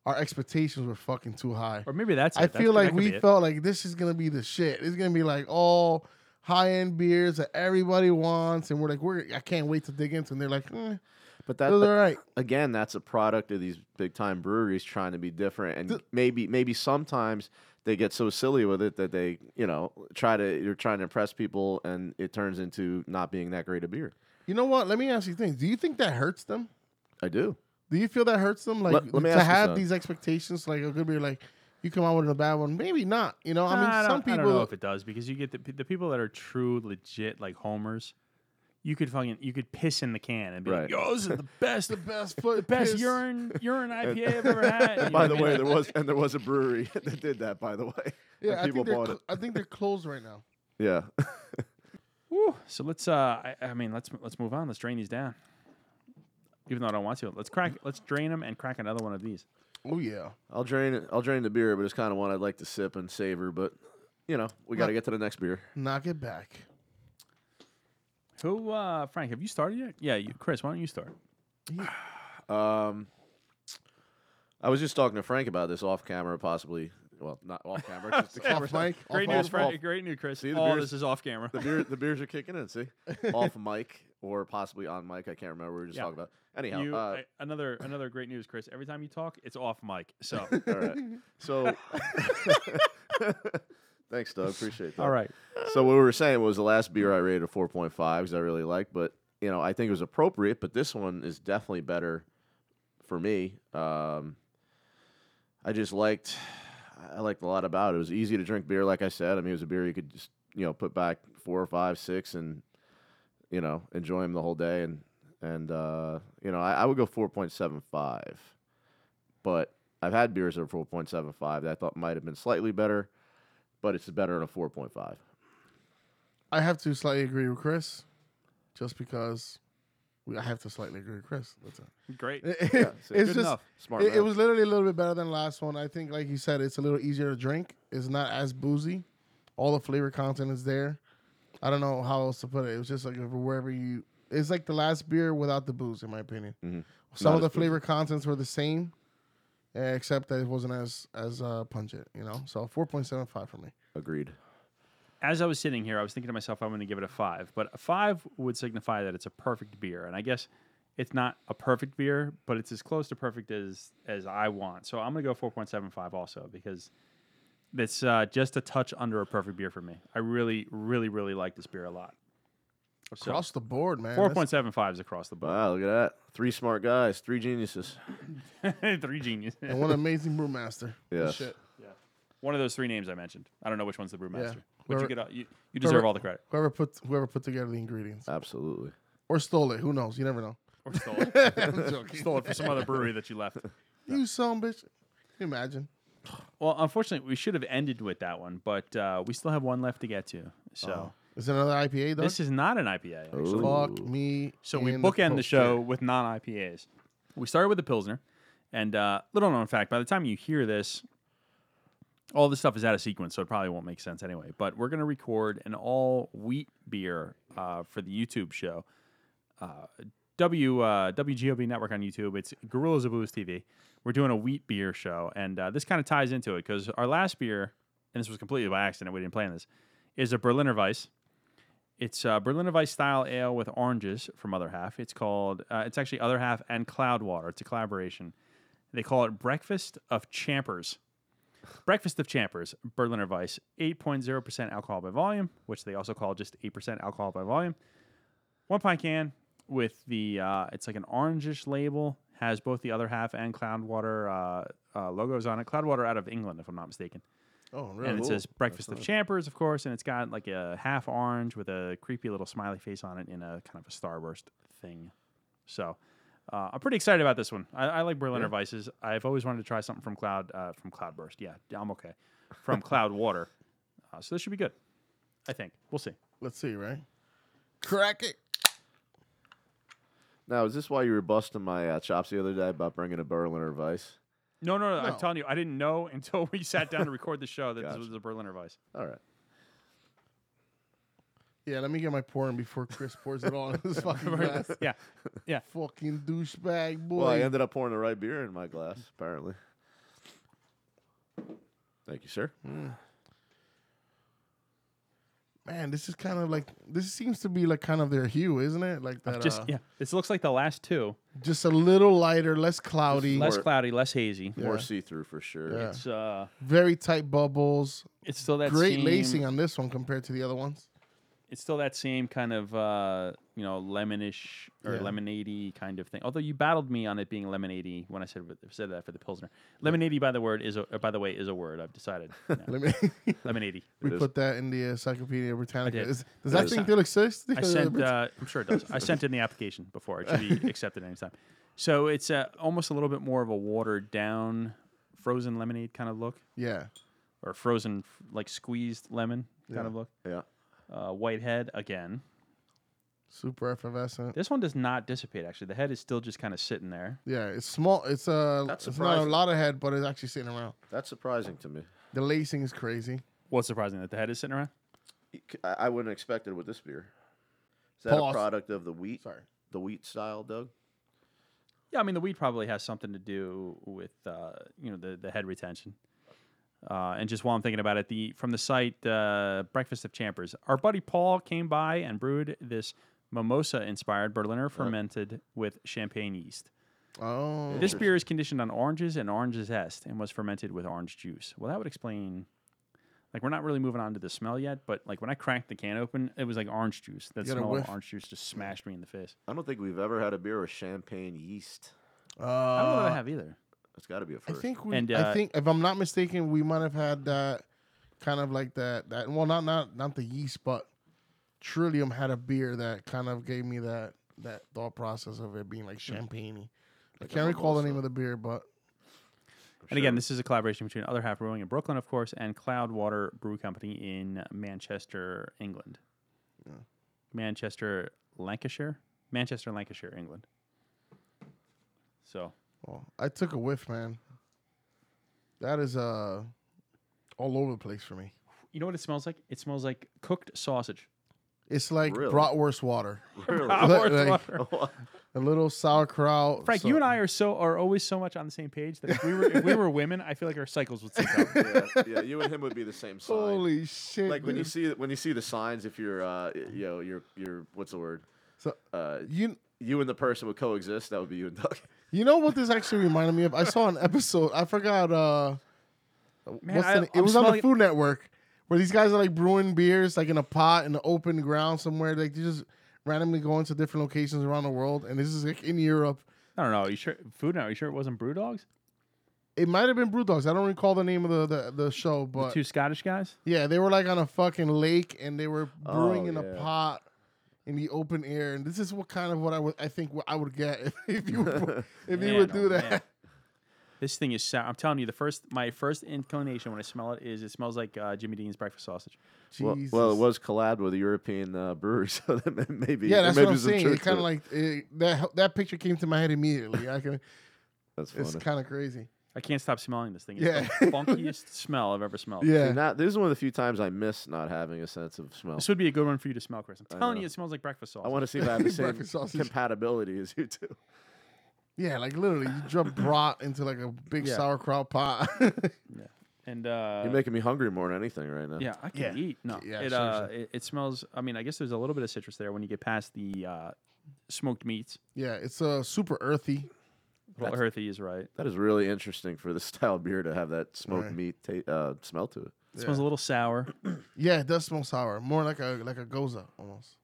Our expectations were fucking too high.
or maybe that's. It.
I
That's-
feel
that
like
could
we
be it.
felt like this is gonna be the shit. It's gonna be like all high end beers that everybody wants, and we're like, we're I can't wait to dig into. it. And they're like, eh,
But that,
it was
but
all right.
again, that's a product of these big time breweries trying to be different, and maybe maybe sometimes they get so silly with it that they you know try to you're trying to impress people, and it turns into not being that great a beer.
You know what? Let me ask you things. Do you think that hurts them?
I do.
Do you feel that hurts them? Like
Let- let me
to
ask you
have
something.
these expectations, like it could be like you come out with a bad one, maybe not. You know, I mean,
Nah,
some
don't-
people.
I don't know if it does because you get the, the people that are true, legit, like homers. You could fucking you could piss in the can and be
Right.
like, "Yo, this is the best,
the best foot,
best
piss.
urine urine IPA I've ever had." You know
By
what
the
I mean?
way, there was and there was a brewery that did that. By the way,
Yeah,
And
I
people
think, they're
bought
cl- I think they're closed right now.
it. Yeah,
Whew. so let's. Uh, I, I mean, let's let's move on. Let's drain these down. Even though I don't want to, let's crack. Let's drain them and crack another one of these.
Oh yeah,
I'll drain it. I'll drain the beer, but it's kind of one I'd like to sip and savor. But you know, we got to get to the next beer.
knock it back.
Who, uh, Frank? Have you started yet? Yeah, you, Chris. Why don't you start?
Um, I was just talking to Frank about this off camera, possibly. Well, not off camera. 'cause the
Off
camera's
mic,
Great
off,
news,
off,
Frank.
off.
Great news, Chris.
See, the
All
beers-
this is off camera.
the beer the beers are kicking in. See, off mic or possibly on mic. I can't remember. We were just
Yeah.
talking about. Anyhow,
You,
uh,
I- another another great news, Chris. Every time you talk, it's off mic. So
all right. So, thanks, Doug. Appreciate that.
all right.
So what we were saying was the last beer I rated a 4.5 because I really liked, but you know I think it was appropriate. But this one is definitely better for me. Um, I just liked, I liked a lot about it. It was easy to drink beer, like I said. I mean, it was a beer you could just you know put back four or five, six, and you know enjoy them the whole day. And and uh, you know I, I would go 4.75, but I've had beers that are 4.75 that I thought might have been slightly better, but it's better than a 4.5.
I have to slightly agree with Chris, just because we, I have to slightly agree with Chris. That's it.
Great.
see,
it's
good
just
enough.
Smart.
it, it
man.
was literally a little bit better than the last one. I think, like you said, it's a little easier to drink. It's not as boozy. All the flavor content is there. I don't know how else to put it. It was just like if- wherever you. It's like the last beer without the booze, in my opinion.
Mhm.
Some
Not
of the
as boozy.
flavor contents were the same, eh, except that it wasn't as as uh, pungent. You know, so four point seven five for me.
agreed.
as I was sitting here, I was thinking to myself, I'm going to give it a five. But a five would signify that it's a perfect beer, and I guess it's not a perfect beer, but it's as close to perfect as as I want. So I'm going to go 4.75 also because it's uh, just a touch under a perfect beer for me. I really, really, really like this beer a lot. So,
Across the board, man.
Four
That's-
point seven five is across the board.
Wow, look at that. Three smart guys, three geniuses.
Three genius.
And one amazing brewmaster. Good
Yes.
Shit.
One of those three names I mentioned. I don't know which one's the brewmaster. But
Whoever-
you get all, you, you deserve
whoever-
all the credit.
Whoever put whoever put together the ingredients
Absolutely.
or stole it, who knows? You never know.
Or stole it.
I'm joking.
stole it from some other brewery that you left.
You son bitch. Can you imagine?
Well, unfortunately, we should have ended with that one, but uh, we still have one left to get to. So
Is it another IPA though?
this is not an IPA. actually.
Ooh.
Fuck me.
So we
in the
bookend the
poster.
show with non IPAs. We started with the Pilsner, and uh, little known fact: by the time you hear this, all this stuff is out of sequence, so it probably won't make sense anyway. But we're going to record an all wheat beer uh, for the YouTube show. Uh, W uh, WGOB network on YouTube. It's Gorillas of Booze TV. We're doing a wheat beer show, and uh, this kind of ties into it because our last beer, and this was completely by accident. We didn't plan this. Is a Berliner Weiss. It's uh, Berliner Weiss style ale with oranges from Other Half. It's called. Uh, it's actually Other Half and Cloudwater. It's a collaboration. They call it Breakfast of Champers. Breakfast of Champers, Berliner Weiss, 8.0% alcohol by volume, which they also call just 8% alcohol by volume one pint can with the uh, it's like an orangish label has both the other half and cloudwater uh, uh, logos on it cloudwater out of england if i'm not mistaken
Oh, really?
and it
cool.
says breakfast of champers of course and it's got like a half orange with a creepy little smiley face on it in a kind of a starburst thing so uh, i'm pretty excited about this one i, I like berliner Weisses. i've always wanted to try something from cloud uh, from cloudburst yeah i'm okay from cloudwater uh, so this should be good i think we'll see
Let's see, right? Crack it.
Now, is this why you were busting my uh, chops the other day about bringing a Berliner Weiss?
No, no, no,
No.
I'm telling you, I didn't know until we sat down to record the show that
Gotcha.
this was a Berliner Weiss.
All right.
Yeah, let me get my pouring before Chris pours it all in his fucking glass.
yeah, yeah.
Fucking douchebag boy.
Well, I ended up pouring the right beer in my glass, apparently. Thank you, sir.
Man, this is kind of like this seems to be like kind of their hue, isn't it? Like that.
Just
uh,
yeah, this looks like the last two.
just a little lighter, less cloudy,
Less
Or-
cloudy, less hazy.
More
Yeah.
see through for sure.
Yeah.
It's uh,
very tight bubbles.
it's still that
Great
same-
lacing on this one compared to the other ones.
it's still that same kind of uh, you know lemonish or
Yeah.
lemonadey kind of thing. Although you battled me on it being lemonadey when I said said that for the pilsner. Lemonadey by the word is a, uh, by the way is a word I've decided. now.
Let me.
lemonadey.
we
It is.
put that in the Encyclopedia Britannica.
I did.
Is, does that
is.
thing still exist?
I sent. Uh, I'm sure it does. I sent in the application before. It should be accepted anytime. So it's uh, almost a little bit more of a watered down frozen lemonade kind of look,
yeah.
or frozen f- like squeezed lemon kind
Yeah.
of look.
Yeah.
Uh, Whitehead again.
Super effervescent.
This one does not dissipate. Actually, the head is still just kind of sitting there.
Yeah, it's small. It's uh,
That's
it's not a
surprising.
lot of head, but it's actually sitting around.
That's surprising to me.
The lacing is crazy.
What's surprising that the head is sitting around?
I, I wouldn't expect it with this beer. Is that
Pause.
a product of the wheat?
Sorry.
The wheat style, Doug?
Yeah, I mean the weed probably has something to do with uh, you know the the head retention. Uh, and just while I'm thinking about it, the from the site uh, Breakfast of Champers, our buddy Paul came by and brewed this mimosa-inspired Berliner fermented with champagne yeast.
Oh,
This beer is conditioned on oranges and orange zest, and was fermented with orange juice. Well, that would explain. Like we're not really moving on to the smell yet, but like when I cranked the can open, it was like orange juice. That
got a
smell of
whiff?
orange juice just smashed me in the face.
I don't think we've ever had a beer with champagne yeast.
Uh,
I don't know what I
I,
have either.
That's got to be a first.
think we.
And,
I
uh,
think if I'm not mistaken, we might have had that kind of like that. That well, not not not the yeast, but Trillium had a beer that kind of gave me that that thought process of it being like
Hmm.
champagne. I
Like a
can't recall the name
mimosa.
of the beer, but
And again,
Sure.
this is a collaboration between Other Half Brewing in Brooklyn, of course, and Cloudwater Brew Company in Manchester, England. Manchester, Lancashire? Manchester, Lancashire, England. So,
well, Oh, I took a whiff, man. That is uh all over the place for me.
you know what it smells like? It smells like cooked sausage.
It's like
Really?
bratwurst water.
Really?
Hot
like-
oh,
water.
A little sauerkraut.
Frank,
so-
you and I are so are always so much on the same page that if we were if we were women, I feel like our cycles would sync up.
yeah, yeah, you and him would be the same sign.
Holy shit!
like when you
dude.
see when you see the signs, if you're uh, you know, you're you're what's the word?
So-
uh,
you
you and the person would coexist. That would be you and Doug.
you know what this actually reminded me of? I saw an episode. I forgot. uh
Man,
what's
I-
the, na- It
I'm
was on the
smelling-
Food Network where these guys are like brewing beers like in a pot in the open ground somewhere. Like they just randomly go into different locations around the world, and this is like in Europe.
I don't know. Are you sure food now? Are you sure it wasn't brew dogs?
It might have been Brew Dogs. I don't recall the name of the the, the show,
The
but
two Scottish guys?
yeah, they were like on a fucking lake and they were brewing
Oh,
in a
yeah.
pot. In the open air, and this is what kind of what I would I think what I would get if, if you would, if you
Man,
would
oh
do that.
man. This thing is sour. I'm telling you, the first my first inclination when I smell it is it smells like uh, Jimmy Dean's breakfast sausage.
Well,
Jesus.
well, it was collab with a European uh, brewery, so that may- maybe
Yeah,
there
that's
may
what
be
I'm
some
saying.
truth
It kind
to
of like it, that. That picture came to my head immediately. I can.
that's funny.
It's kind of crazy.
I can't stop smelling this thing. It's the
Yeah.
funkiest smell I've ever smelled.
Yeah.
And that- this is one of the few times I miss not having a sense of smell.
This would be a good one for you to smell, Chris. I'm telling
know.
you, it smells like breakfast sausage.
I want to see if I have the same
Breakfast sausage.
compatibility as you two.
Yeah, like literally, you drop brat into like a big
Yeah.
sauerkraut pot.
and uh,
You're making me hungry more than anything right now.
yeah, I can
Yeah.
eat. No,
Yeah,
it,
sure,
uh,
sure.
it, it smells. I mean, I guess there's a little bit of citrus there when you get past the uh, smoked meats.
yeah, it's uh, super earthy.
Well, earthy is right.
That is really interesting for the style beer to have that smoked
Right.
meat ta- uh, smell to it.
It smells a little sour.
Yeah, it does smell sour. More like a like a goza almost.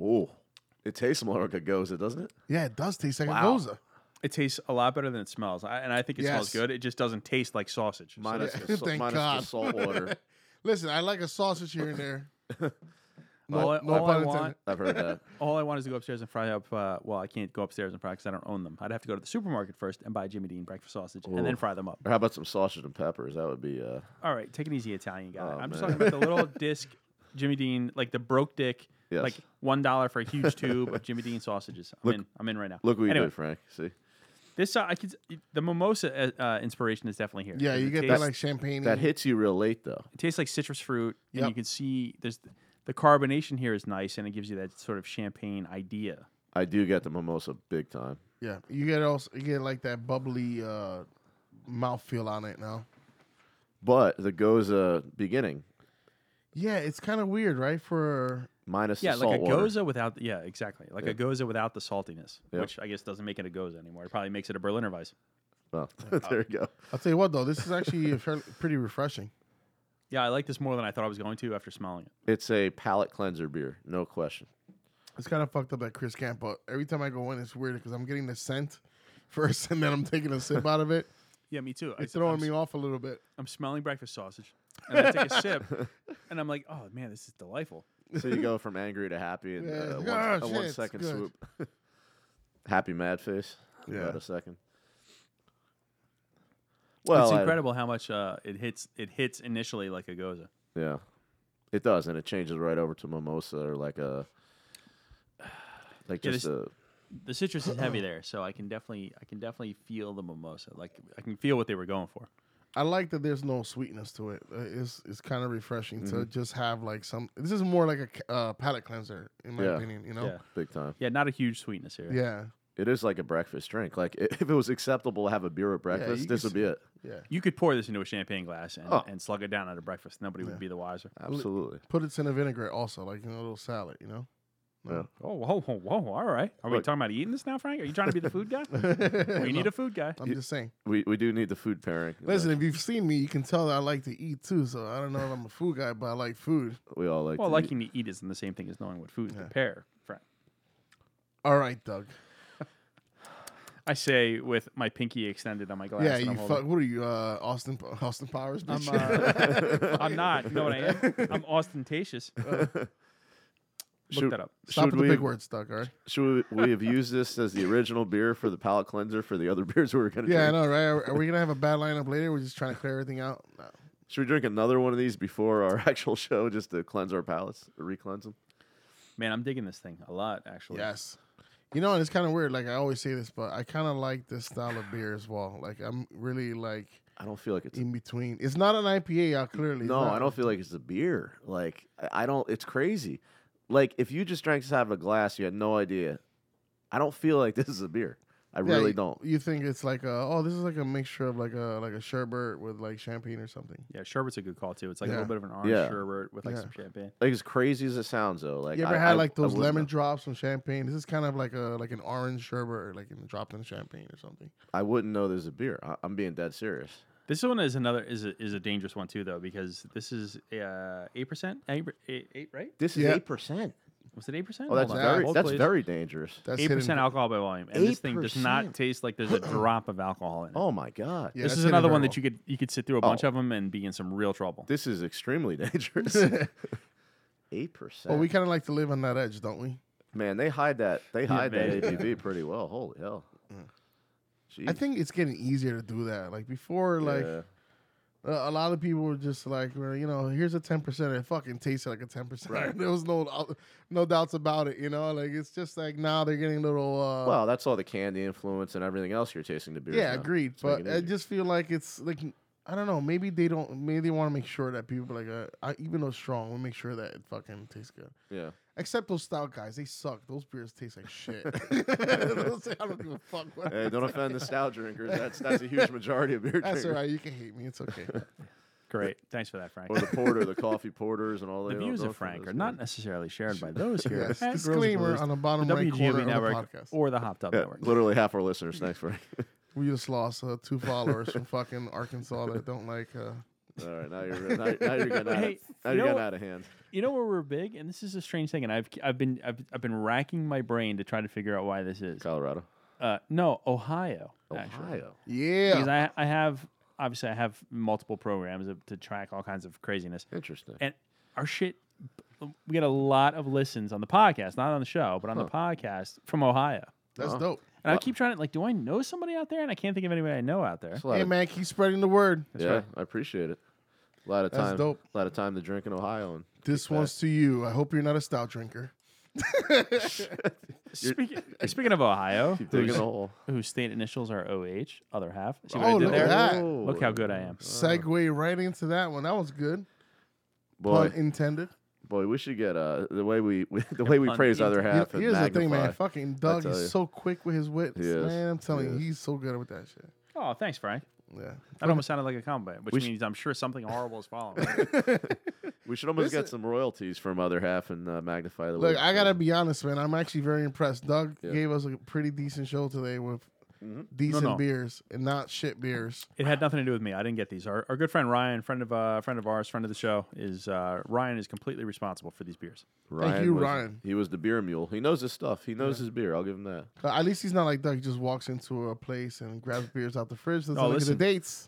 Oh, it tastes more like a goza, doesn't it?
Yeah, it does taste like a
Wow.
goza.
It tastes a lot better than it smells, I, and I think it smells
Yes.
good. It just doesn't taste like sausage. So
Minus,
that's
the,
good.
sa-
Thank
minus the
God.
salt water.
Listen, I like a sausage here and there.
All I- all I
pun
want-
intended.
I've heard that.
All I want is to go upstairs and fry up. Uh, well, I can't go upstairs and fry because I don't own them. I'd have to go to the supermarket first and buy Jimmy Dean breakfast sausage and then
Oof.
fry them up.
Or how about some sausage and peppers? That would be. Uh,
All right, take it easy, Italian guy.
Oh,
I'm just
man.
talking about the little disc Jimmy Dean, like the broke dick,
Yes.
like one dollar for a huge tube of Jimmy Dean sausages. I'm in. I'm in right now.
look what you
anyway, Mm.
did, Frank. See,
This uh, I could the mimosa uh, uh, inspiration is definitely here.
Yeah,
'Cause
you
it
get that
tastes-
like champagne.
that hits you real late though.
It tastes like citrus fruit, and you
Yep.
can see there's the carbonation here is nice, and it gives you that sort of champagne idea.
I do get the mimosa big time.
Yeah, you get also you get like that bubbly uh, mouthfeel on it now.
But the goza beginning
Yeah, it's kind of weird, right? For
minus
Yeah,
the
like
salt
a
water.
goza without. Yeah, exactly. Like a goza without the saltiness,
Yeah.
which I guess doesn't make it a goza anymore. It probably makes it a Berliner Weiss.
Well, Oh, there you go.
I'll tell you what though, this is actually a fairly, pretty refreshing.
Yeah, I like this more than I thought I was going to after smelling it.
It's a palate cleanser beer, no question.
It's kind of fucked up that Chris can't, but every time I go in, it's weird because I'm getting the scent first and then I'm taking a sip out of it.
Yeah, me too.
It's
I,
throwing
am
me off a little bit.
I'm smelling breakfast sausage, and I take a sip, and I'm like, oh man, this is delightful.
So you go from angry to happy in
Yeah,
uh, one,
oh,
Ah,
a
shit,
one
it's
second
good.
swoop. happy mad face. in
Yeah.
About a second. Well,
it's
I-
incredible how much uh, it hits. It hits initially like a goza.
yeah, it does, and it changes right over to mimosa or like a like
Yeah,
just
this-
a
The citrus is heavy there, so I can definitely, I can definitely feel the mimosa. Like I can feel what they were going for.
I like that there's no sweetness to it. Uh, It's it's kind of refreshing
Mm-hmm.
to just have like some. This is more like a c- uh, palate cleanser, in my
Yeah.
opinion. You know,
Yeah,
big time.
yeah, not a huge sweetness here.
yeah,
It is like a breakfast drink. Like i- if it was acceptable to have a beer at breakfast,
you
this
can
would be it.
yeah.
You could pour this into a champagne glass and,
Oh.
and slug it down at a breakfast. Nobody
Yeah.
would be the wiser.
Absolutely.
Put it in a vinaigrette also, like in a little salad. You know. No.
Oh, whoa, whoa, whoa! All right, are we
Look.
talking about eating this now, Frank? Are you trying to be the food guy? we need a food guy.
I'm just saying.
We we do need the food pairing. you know.
Listen, if you've seen me, you can tell that I like to eat too. So I don't know if I'm a food guy, but I like food.
we all like.
Well,
to eat.
liking to eat isn't the same thing as knowing what food to pair, Frank.
All right, Doug.
I say with my pinky extended on my glass.
yeah,
that
you
I'm,
fuck.
holding.
What are you, uh, Austin? Austin Powers? Bitch?
uh,
I'm not. You know what I am? I'm ostentatious. Look
Shoot.
that up.
Stop
should
with the big
we-
words, Doug. All right.
Should we, we have used this as the original beer for the palate cleanser for the other beers we were going to
Yeah, I
drink?
know, right? Are, are we gonna have a bad lineup later? We're just trying to clear everything out. No.
Should we drink another one of these before our actual show just to cleanse our palates, or re-cleanse them?
Man, I'm digging this thing a lot, actually.
Yes. You know, and it's kind of weird. Like I always say this, but I kind of like this style of beer as well. Like I'm really like
I don't feel like it's.
in between. It's not an IPA, out clearly.
No, I don't feel like it's a beer. Like I I don't. It's crazy. Like if you just drank this out of a glass, you had no idea. I don't feel like this is a beer. I really don't.
You think it's like a oh, this is like a mixture of like a like a sherbet with like champagne or something.
Yeah, sherbet's a good call too. It's like a
Yeah.
little bit of an orange
Yeah.
sherbet with like
Yeah.
some champagne.
Like as crazy as it sounds, though. Like
You ever
I-
had
I-
like
I
those
wouldn't
lemon
know.
drops from champagne? This is kind of like a like an orange sherbet, like in, dropped in champagne or something.
I wouldn't know there's a beer. I, I'm being dead serious.
This one is another is a, is a dangerous one too though because this is uh eight percent eight eight right
This is eight
Yeah.
percent.
was it eight percent?
Oh, that's very that's very dangerous.
That's
eight
hidden-
percent alcohol by volume and this thing does
8%.
not taste like there's a drop of alcohol in it.
Oh my god.
Yeah,
this is
that's hidden Oh.
another
very
one
well.
that you could you could sit through a bunch of them and be in some real trouble.
This is extremely dangerous. Eight percent.
But we kind of like to live on that edge, don't we?
Man, they hide that. They hide
man.
that ABV pretty well. Holy hell.
I think it's getting easier to do that. Like before, like Uh, a a lot of people were just like, well, you know, here's a ten percent. It fucking tasted like a ten percent. there was no no doubts about it. You know, like it's just like now they're getting little. Uh,
Well, that's all the candy influence and everything else you're tasting the beer.
yeah, agreed. But I
it
just feel like it's like I don't know. Maybe they don't. Maybe they want to make sure that people like uh, I, even though it's strong, we make sure that it fucking tastes good.
yeah.
Except those stout guys, they suck. Those beers taste like shit. Those- I don't give a fuck. What
Hey, don't offend the stout drinkers. That's that's a huge majority of beer drinkers.
That's all right. You can hate me. It's okay.
Great, thanks for that, Frank.
Or the porter, the coffee porters, and all
The
they don't
views
go
of
for
Frank
those,
are
man.
not necessarily shared by those here.
Yes.
at Gross
Disclaimer
Bros,
on the bottom
the
right corner
WGOV
of the
network
podcast.
or the Hopped Up
Yeah,
network.
literally half our listeners. Thanks, Frank.
We just lost uh, two followers from fucking Arkansas that don't like. Uh,
all right, now you're now, now you're getting
Hey,
out of, now
you
you're
know
getting
what-
out of hand.
You know where we're big, and this is a strange thing, and I've I've been I've, I've been racking my brain to try to figure out why this is.
Colorado,
Uh, no, Ohio, actually,
Ohio.
yeah.
because I I have obviously I have multiple programs of- to track all kinds of craziness,
Interesting.
and our shit. We get a lot of listens on the podcast, not on the show, but on the podcast from Ohio.
Oh.
That's dope.
And I keep trying to like, do I know somebody out there? And I can't think of anybody I know out there.
It's a lot
Hey
of-
man, keep spreading the word.
yeah, I appreciate it. A lot of
That's
time,
dope.
a lot of time to drink in Ohio, and
This one's to you. I hope you're not a stout drinker.
Speaking, speaking of Ohio,
digging a
whose,
hole.
whose state initials are OH, other half. See what I
Oh,
did
look
there?
at that.
Look how good I am.
Uh.
Segue right into that one. That was good.
boy,
Pun intended.
boy. We should get uh the way we, we the way we
pun
praise other
You know,
half. and
here's the thing, man.
magnify.
Fucking Doug
tell you.
is so quick with his wits.
He is.
Man, I'm telling
He
you,
is.
he's so good with that shit.
Oh, thanks, Frank.
Yeah.
That almost sounded like a compliment, which
We sh-
means I'm sure something horrible is following.
We should almost get some royalties from other half and uh, magnify the. way
Look,
we
I
praise
gotta be honest, man. I'm actually very impressed. Doug
Yeah. Mm-hmm.
gave us a pretty decent show today with decent
no.
beers and not shit beers.
It had nothing to do with me. I didn't get these. Our, our good friend Ryan, friend of uh, friend of ours, friend of the show, is uh, Ryan is completely responsible for these beers.
Ryan
you,
was-
Ryan.
He was the beer mule. He knows his stuff. He knows his beer. I'll give him that.
Uh, at least he's not like that. He just walks into a place and grabs beers out the fridge. Doesn't
Oh,
look
listen.
at the dates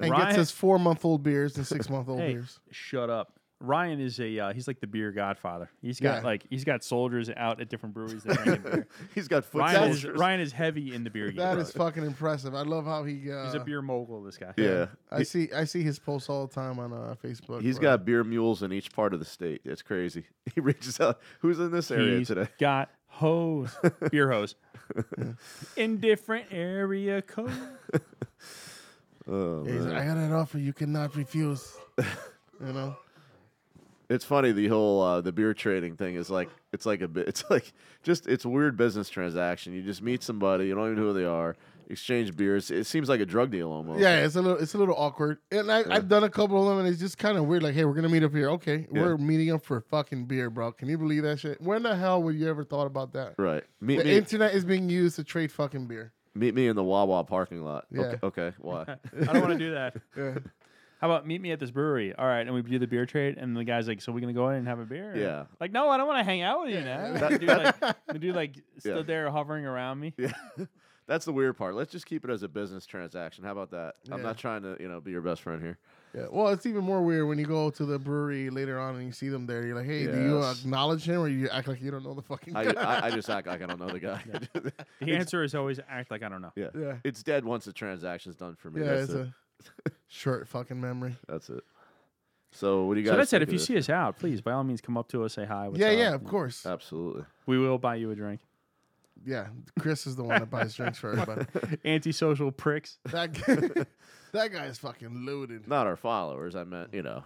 and
Ryan-
gets his four month old beers and six month old
Hey,
beers.
shut up. Ryan is a uh, he's like the beer godfather. He's got
Yeah.
like he's got soldiers out at different breweries that bring him beer.
He's got foot
Ryan is
soldiers.
Ryan is heavy in the beer game.
That
brother.
is fucking impressive. I love how he. Uh,
he's a beer mogul. This guy.
Yeah.
I see. I see his posts all the time on uh, Facebook.
He's
He's
got beer mules in each part of the state. It's crazy. He reaches out. Who's in this area
He's
today?
got hose, beer hose, in different area code.
Oh,
He's
man.
like, I got an offer you cannot refuse. you know.
It's funny the whole uh, the beer trading thing is like it's like a bit it's like just it's a weird business transaction. You just meet somebody, you don't even know who they are, exchange beers. It seems like a drug deal almost.
Yeah, it's a little. It's a little awkward. And I, I've done a couple of them, and it's just kind of weird. Like, hey, we're gonna meet up here. Okay, we're meeting up for fucking beer, bro. Can you believe that shit? When the hell would you ever thought about that?
Right. Meet
The
me.
internet is being used to trade fucking beer.
meet me in the Wawa parking lot.
Yeah.
Okay. Okay. Why?
I don't want to do that.
Yeah.
How about meet me at this brewery? All right, and we do the beer trade, and the guy's like, "So we're gonna go in and have a beer?"
Yeah.
Like, no, I don't want to hang out with you now. the dude like, the dude like stood there hovering around me.
yeah. That's the weird part. Let's just keep it as a business transaction. How about that? I'm
Yeah.
not trying to you know be your best friend here.
Yeah. Well, it's even more weird when you go to the brewery later on and you see them there. You're like, hey, do you
Yes.
acknowledge him or you act like you don't know the fucking
I,
guy?
I, I just act like I don't know the guy.
The answer is always act like I don't know.
yeah.
Yeah.
It's dead once the transaction's done for me.
yeah,
that's
it's
it.
a short fucking memory.
That's it. So what do you guys?
So that said,
think
if
of
you
this?
see us out, please by all means come up to us, say hi. What's
yeah,
up?
yeah, of course.
Uh, absolutely.
We will buy you a drink.
Yeah, Chris is the one that buys drinks for everybody.
Antisocial pricks.
That guy, that guy is fucking loaded.
not our followers. I meant you know,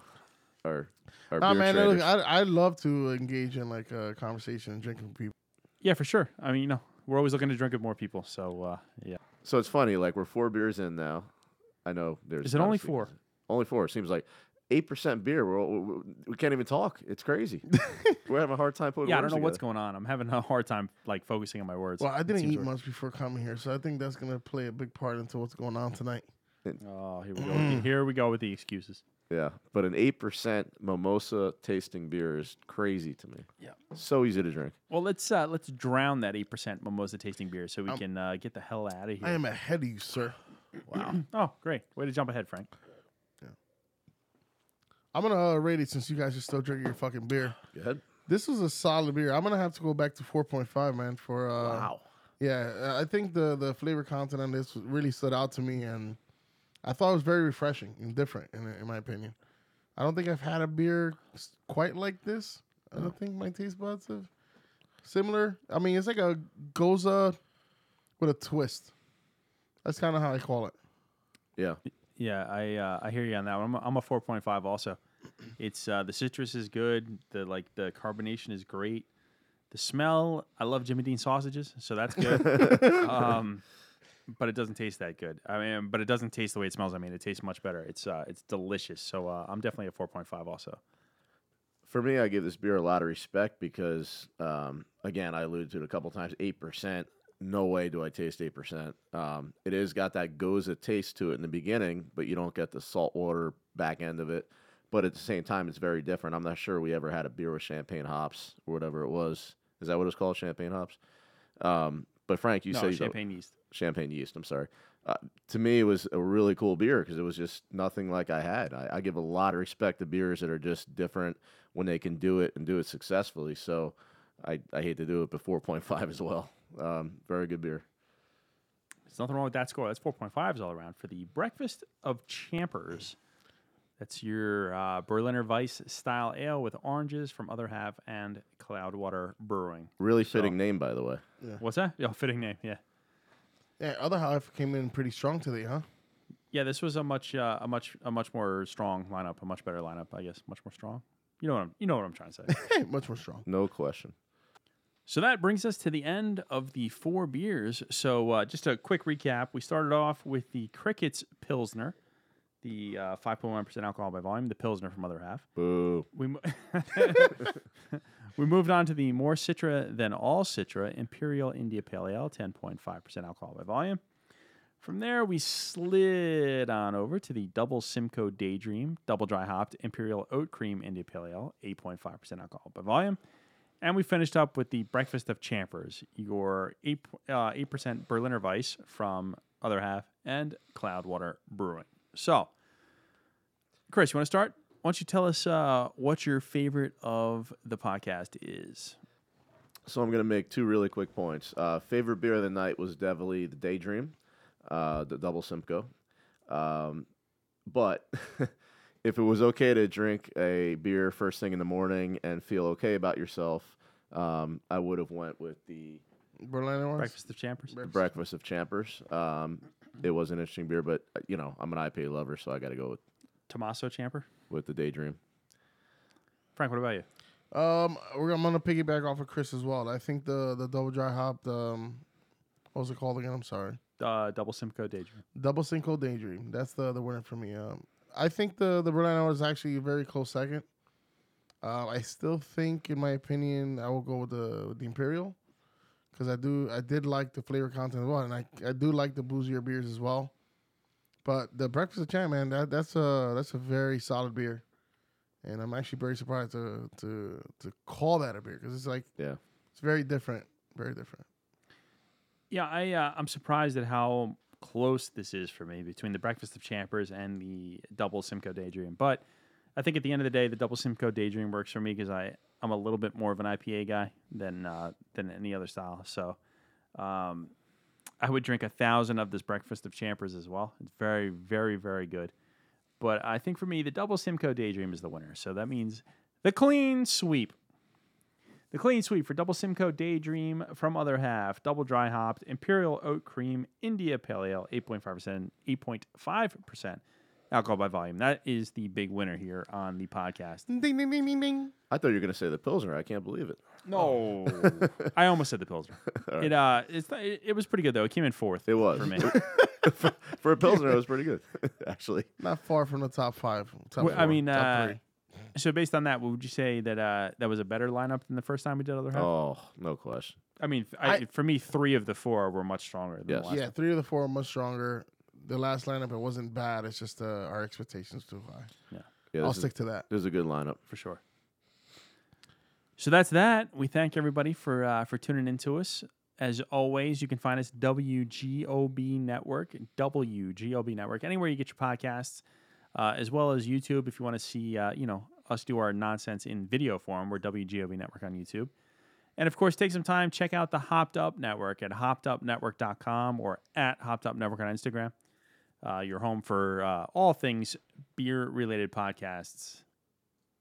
our our
Nah,
beer
man,
traders.
look, I I love to engage in like a conversation and drinking with people.
Yeah, for sure. I mean, you know, we're always looking to drink with more people. So uh, yeah.
so it's funny. Like we're four beers in now. I know there's.
Is it
not a
only
few-
four?
Only four. It seems like eight percent beer. We're, all- we we can't even talk. It's crazy. we're having a hard time putting.
Yeah, I don't
words
know what's
together.
going on. I'm having a hard time like focusing on my words.
Well, I
It
didn't
seems
eat
weird.
much before coming here, so I think that's gonna play a big part into what's going on tonight.
Oh, here we go.
Mm.
with the- here we go with the excuses.
Yeah, but an eight percent mimosa tasting beer is crazy to me.
Yeah.
So easy to drink.
Well, let's uh, let's drown that eight percent mimosa tasting beer so we can uh, get the hell out of here.
Um, I am ahead of you, sir.
wow. oh, great way to jump ahead, Frank.
I'm gonna uh, rate it since you guys are still drinking your fucking beer.
Go ahead.
This was a solid beer. I'm gonna have to go back to 4.5, man. For uh,
Wow.
yeah, uh, I think the the flavor content on this really stood out to me, and I thought it was very refreshing and different, in, in my opinion. I don't think I've had a beer s- quite like this. I don't think my taste buds have similar. I mean, it's like a goza with a twist. That's kind of how I call it.
Yeah.
Yeah, I uh, I hear you on that one. I'm a, I'm a 4.5 also. It's uh, the citrus is good. The like the carbonation is great. The smell, I love Jimmy Dean sausages, so that's good. um, but it doesn't taste that good. I mean, but it doesn't taste the way it smells. I mean, it tastes much better. It's uh, it's delicious. So uh, I'm definitely a 4.5 also.
for me, I give this beer a lot of respect because, um, again, I alluded to it a couple times. Eight percent. No way do I taste eight percent. Um, it has got that goza taste to it in the beginning, but you don't get the salt water back end of it. But at the same time, it's very different. I'm not sure we ever had a beer with champagne hops or whatever it was. Is that what it's called, champagne hops? Um, but Frank, you
no,
say you don't-
champagne yeast.
champagne yeast. I'm sorry. Uh, to me, it was a really cool beer because it was just nothing like I had. I, I give a lot of respect to beers that are just different when they can do it and do it successfully. So I, I hate to do it, but 4.5 as well. Um, very good beer.
There's nothing wrong with that score. That's 4.5s all around for the breakfast of champers. That's your uh, Berliner Weiss style ale with oranges from Other Half and Cloudwater Brewing.
Really fitting name, by the way.
What's that? Yeah, fitting name. Yeah,
Yeah, other half came in pretty strong today, huh?
yeah. This was a much, uh, a much, a much more strong lineup, a much better lineup, I guess. Much more strong. You know what I'm, you know what I'm trying to say.
Hey, much more strong.
No question.
So that brings us to the end of the four beers. So uh, just a quick recap: we started off with the Crickets Pilsner, the uh, 5.1% alcohol by volume, the Pilsner from Other Half.
Boo.
We mo- we moved on to the more Citra than all Citra Imperial India Pale Ale, 10.5% alcohol by volume. From there, we slid on over to the Double Simcoe Daydream, double dry hopped Imperial Oat Cream India Pale Ale, 8.5% alcohol by volume. And we finished up with the Breakfast of Champers, your 8, uh, 8% Berliner Weiss from Other Half and Cloudwater Brewing. So, Chris, you want to start? Why don't you tell us uh, what your favorite of the podcast is?
So I'm going to make two really quick points. Uh, favorite beer of the night was definitely the Daydream, uh, the Double Simcoe. Um, but if it was okay to drink a beer first thing in the morning and feel okay about yourself, um, I would have went with the
Berliner ones.
Breakfast of Champers.
Breakfast.
Breakfast of Champers. Um, it was an interesting beer, but uh, you know I'm an IPA lover, so I got to go with,
Tommaso Champer.
with the Daydream.
Frank, what about you?
Um, we're, I'm gonna piggyback off of Chris as well. I think the the double dry hop, the, um, what was it called again? I'm sorry.
Uh, Double Simcoe Daydream.
Double Cinco Daydream. That's the the winner for me. Um, I think the the Berliner was actually a very close second. Uh, I still think, in my opinion, I will go with the with the Imperial because I do I did like the flavor content as well, and I I do like the boozier beers as well. But the Breakfast of Champ, man, that that's a that's a very solid beer, and I'm actually very surprised to to to call that a beer because it's like
Yeah.
it's very different, very different.
Yeah, I uh, I'm surprised at how close this is for me between the Breakfast of Champers and the Double Simcoe Daydream. But I think at the end of the day, the Double Simcoe Daydream works for me because I I'm a little bit more of an IPA guy than uh, than any other style. So. Um, I would drink a thousand of this breakfast of champers as well. It's very, very, very good. But I think for me, the double Simcoe Daydream is the winner. So that means the clean sweep. The clean sweep for double Simcoe Daydream from Other Half, double dry hopped Imperial Oat Cream India Pale Ale, 8.5%, 8.5% alcohol by volume. That is the big winner here on the podcast.
Ding ding ding ding ding.
I thought you were going to say the Pilsner. I can't believe it.
No. I almost said the Pilsner. It, uh, it's, it, it was pretty good, though. It came in fourth.
It was
For me.
for a Pilsner, it was pretty good, actually.
Not far from the top five. Top
Well, I
four,
mean,
top
uh,
three.
So based on that, would you say that uh, that was a better lineup than the first time we did other half?
Oh, no question.
I mean, I,
I-
for me, three of the four were much stronger than
Yes.
the last.
Yeah, three of the four are much stronger. The last lineup, it wasn't bad. It's just uh, our expectations too high.
Yeah,
I'll
this is-
stick to that.
This is a good lineup.
for sure. So that's that. We thank everybody for uh, for tuning in to us. As always, you can find us WGOB Network, WGOB Network, anywhere you get your podcasts, uh, as well as YouTube. If you want to see, uh, you know, us do our nonsense in video form, we're WGOB Network on YouTube. And of course, take some time, check out the Hopped Up Network at hoppedupnetwork.com or at Hopped Up Network on Instagram. Uh, your home for uh, all things beer related podcasts.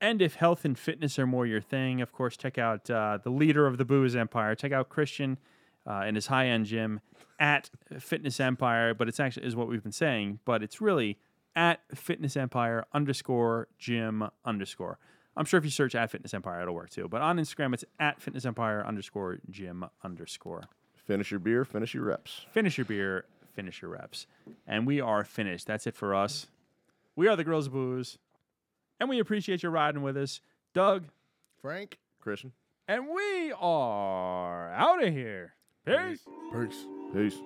And if health and fitness are more your thing, of course, check out uh, the leader of the booze empire. Check out Christian uh, and his high end gym at Fitness Empire. But it's actually is what we've been saying, but it's really at Fitness Empire underscore gym underscore. I'm sure if you search at Fitness Empire, it'll work too. But on Instagram, it's at Fitness Empire underscore gym underscore.
Finish your beer, finish your reps.
Finish your beer, finish your reps. And we are finished. That's it for us. We are the Girls of Booze, and we appreciate you riding with us. Doug,
Frank?
Christian.
and we are out of here. Peace.
Peace.
Peace.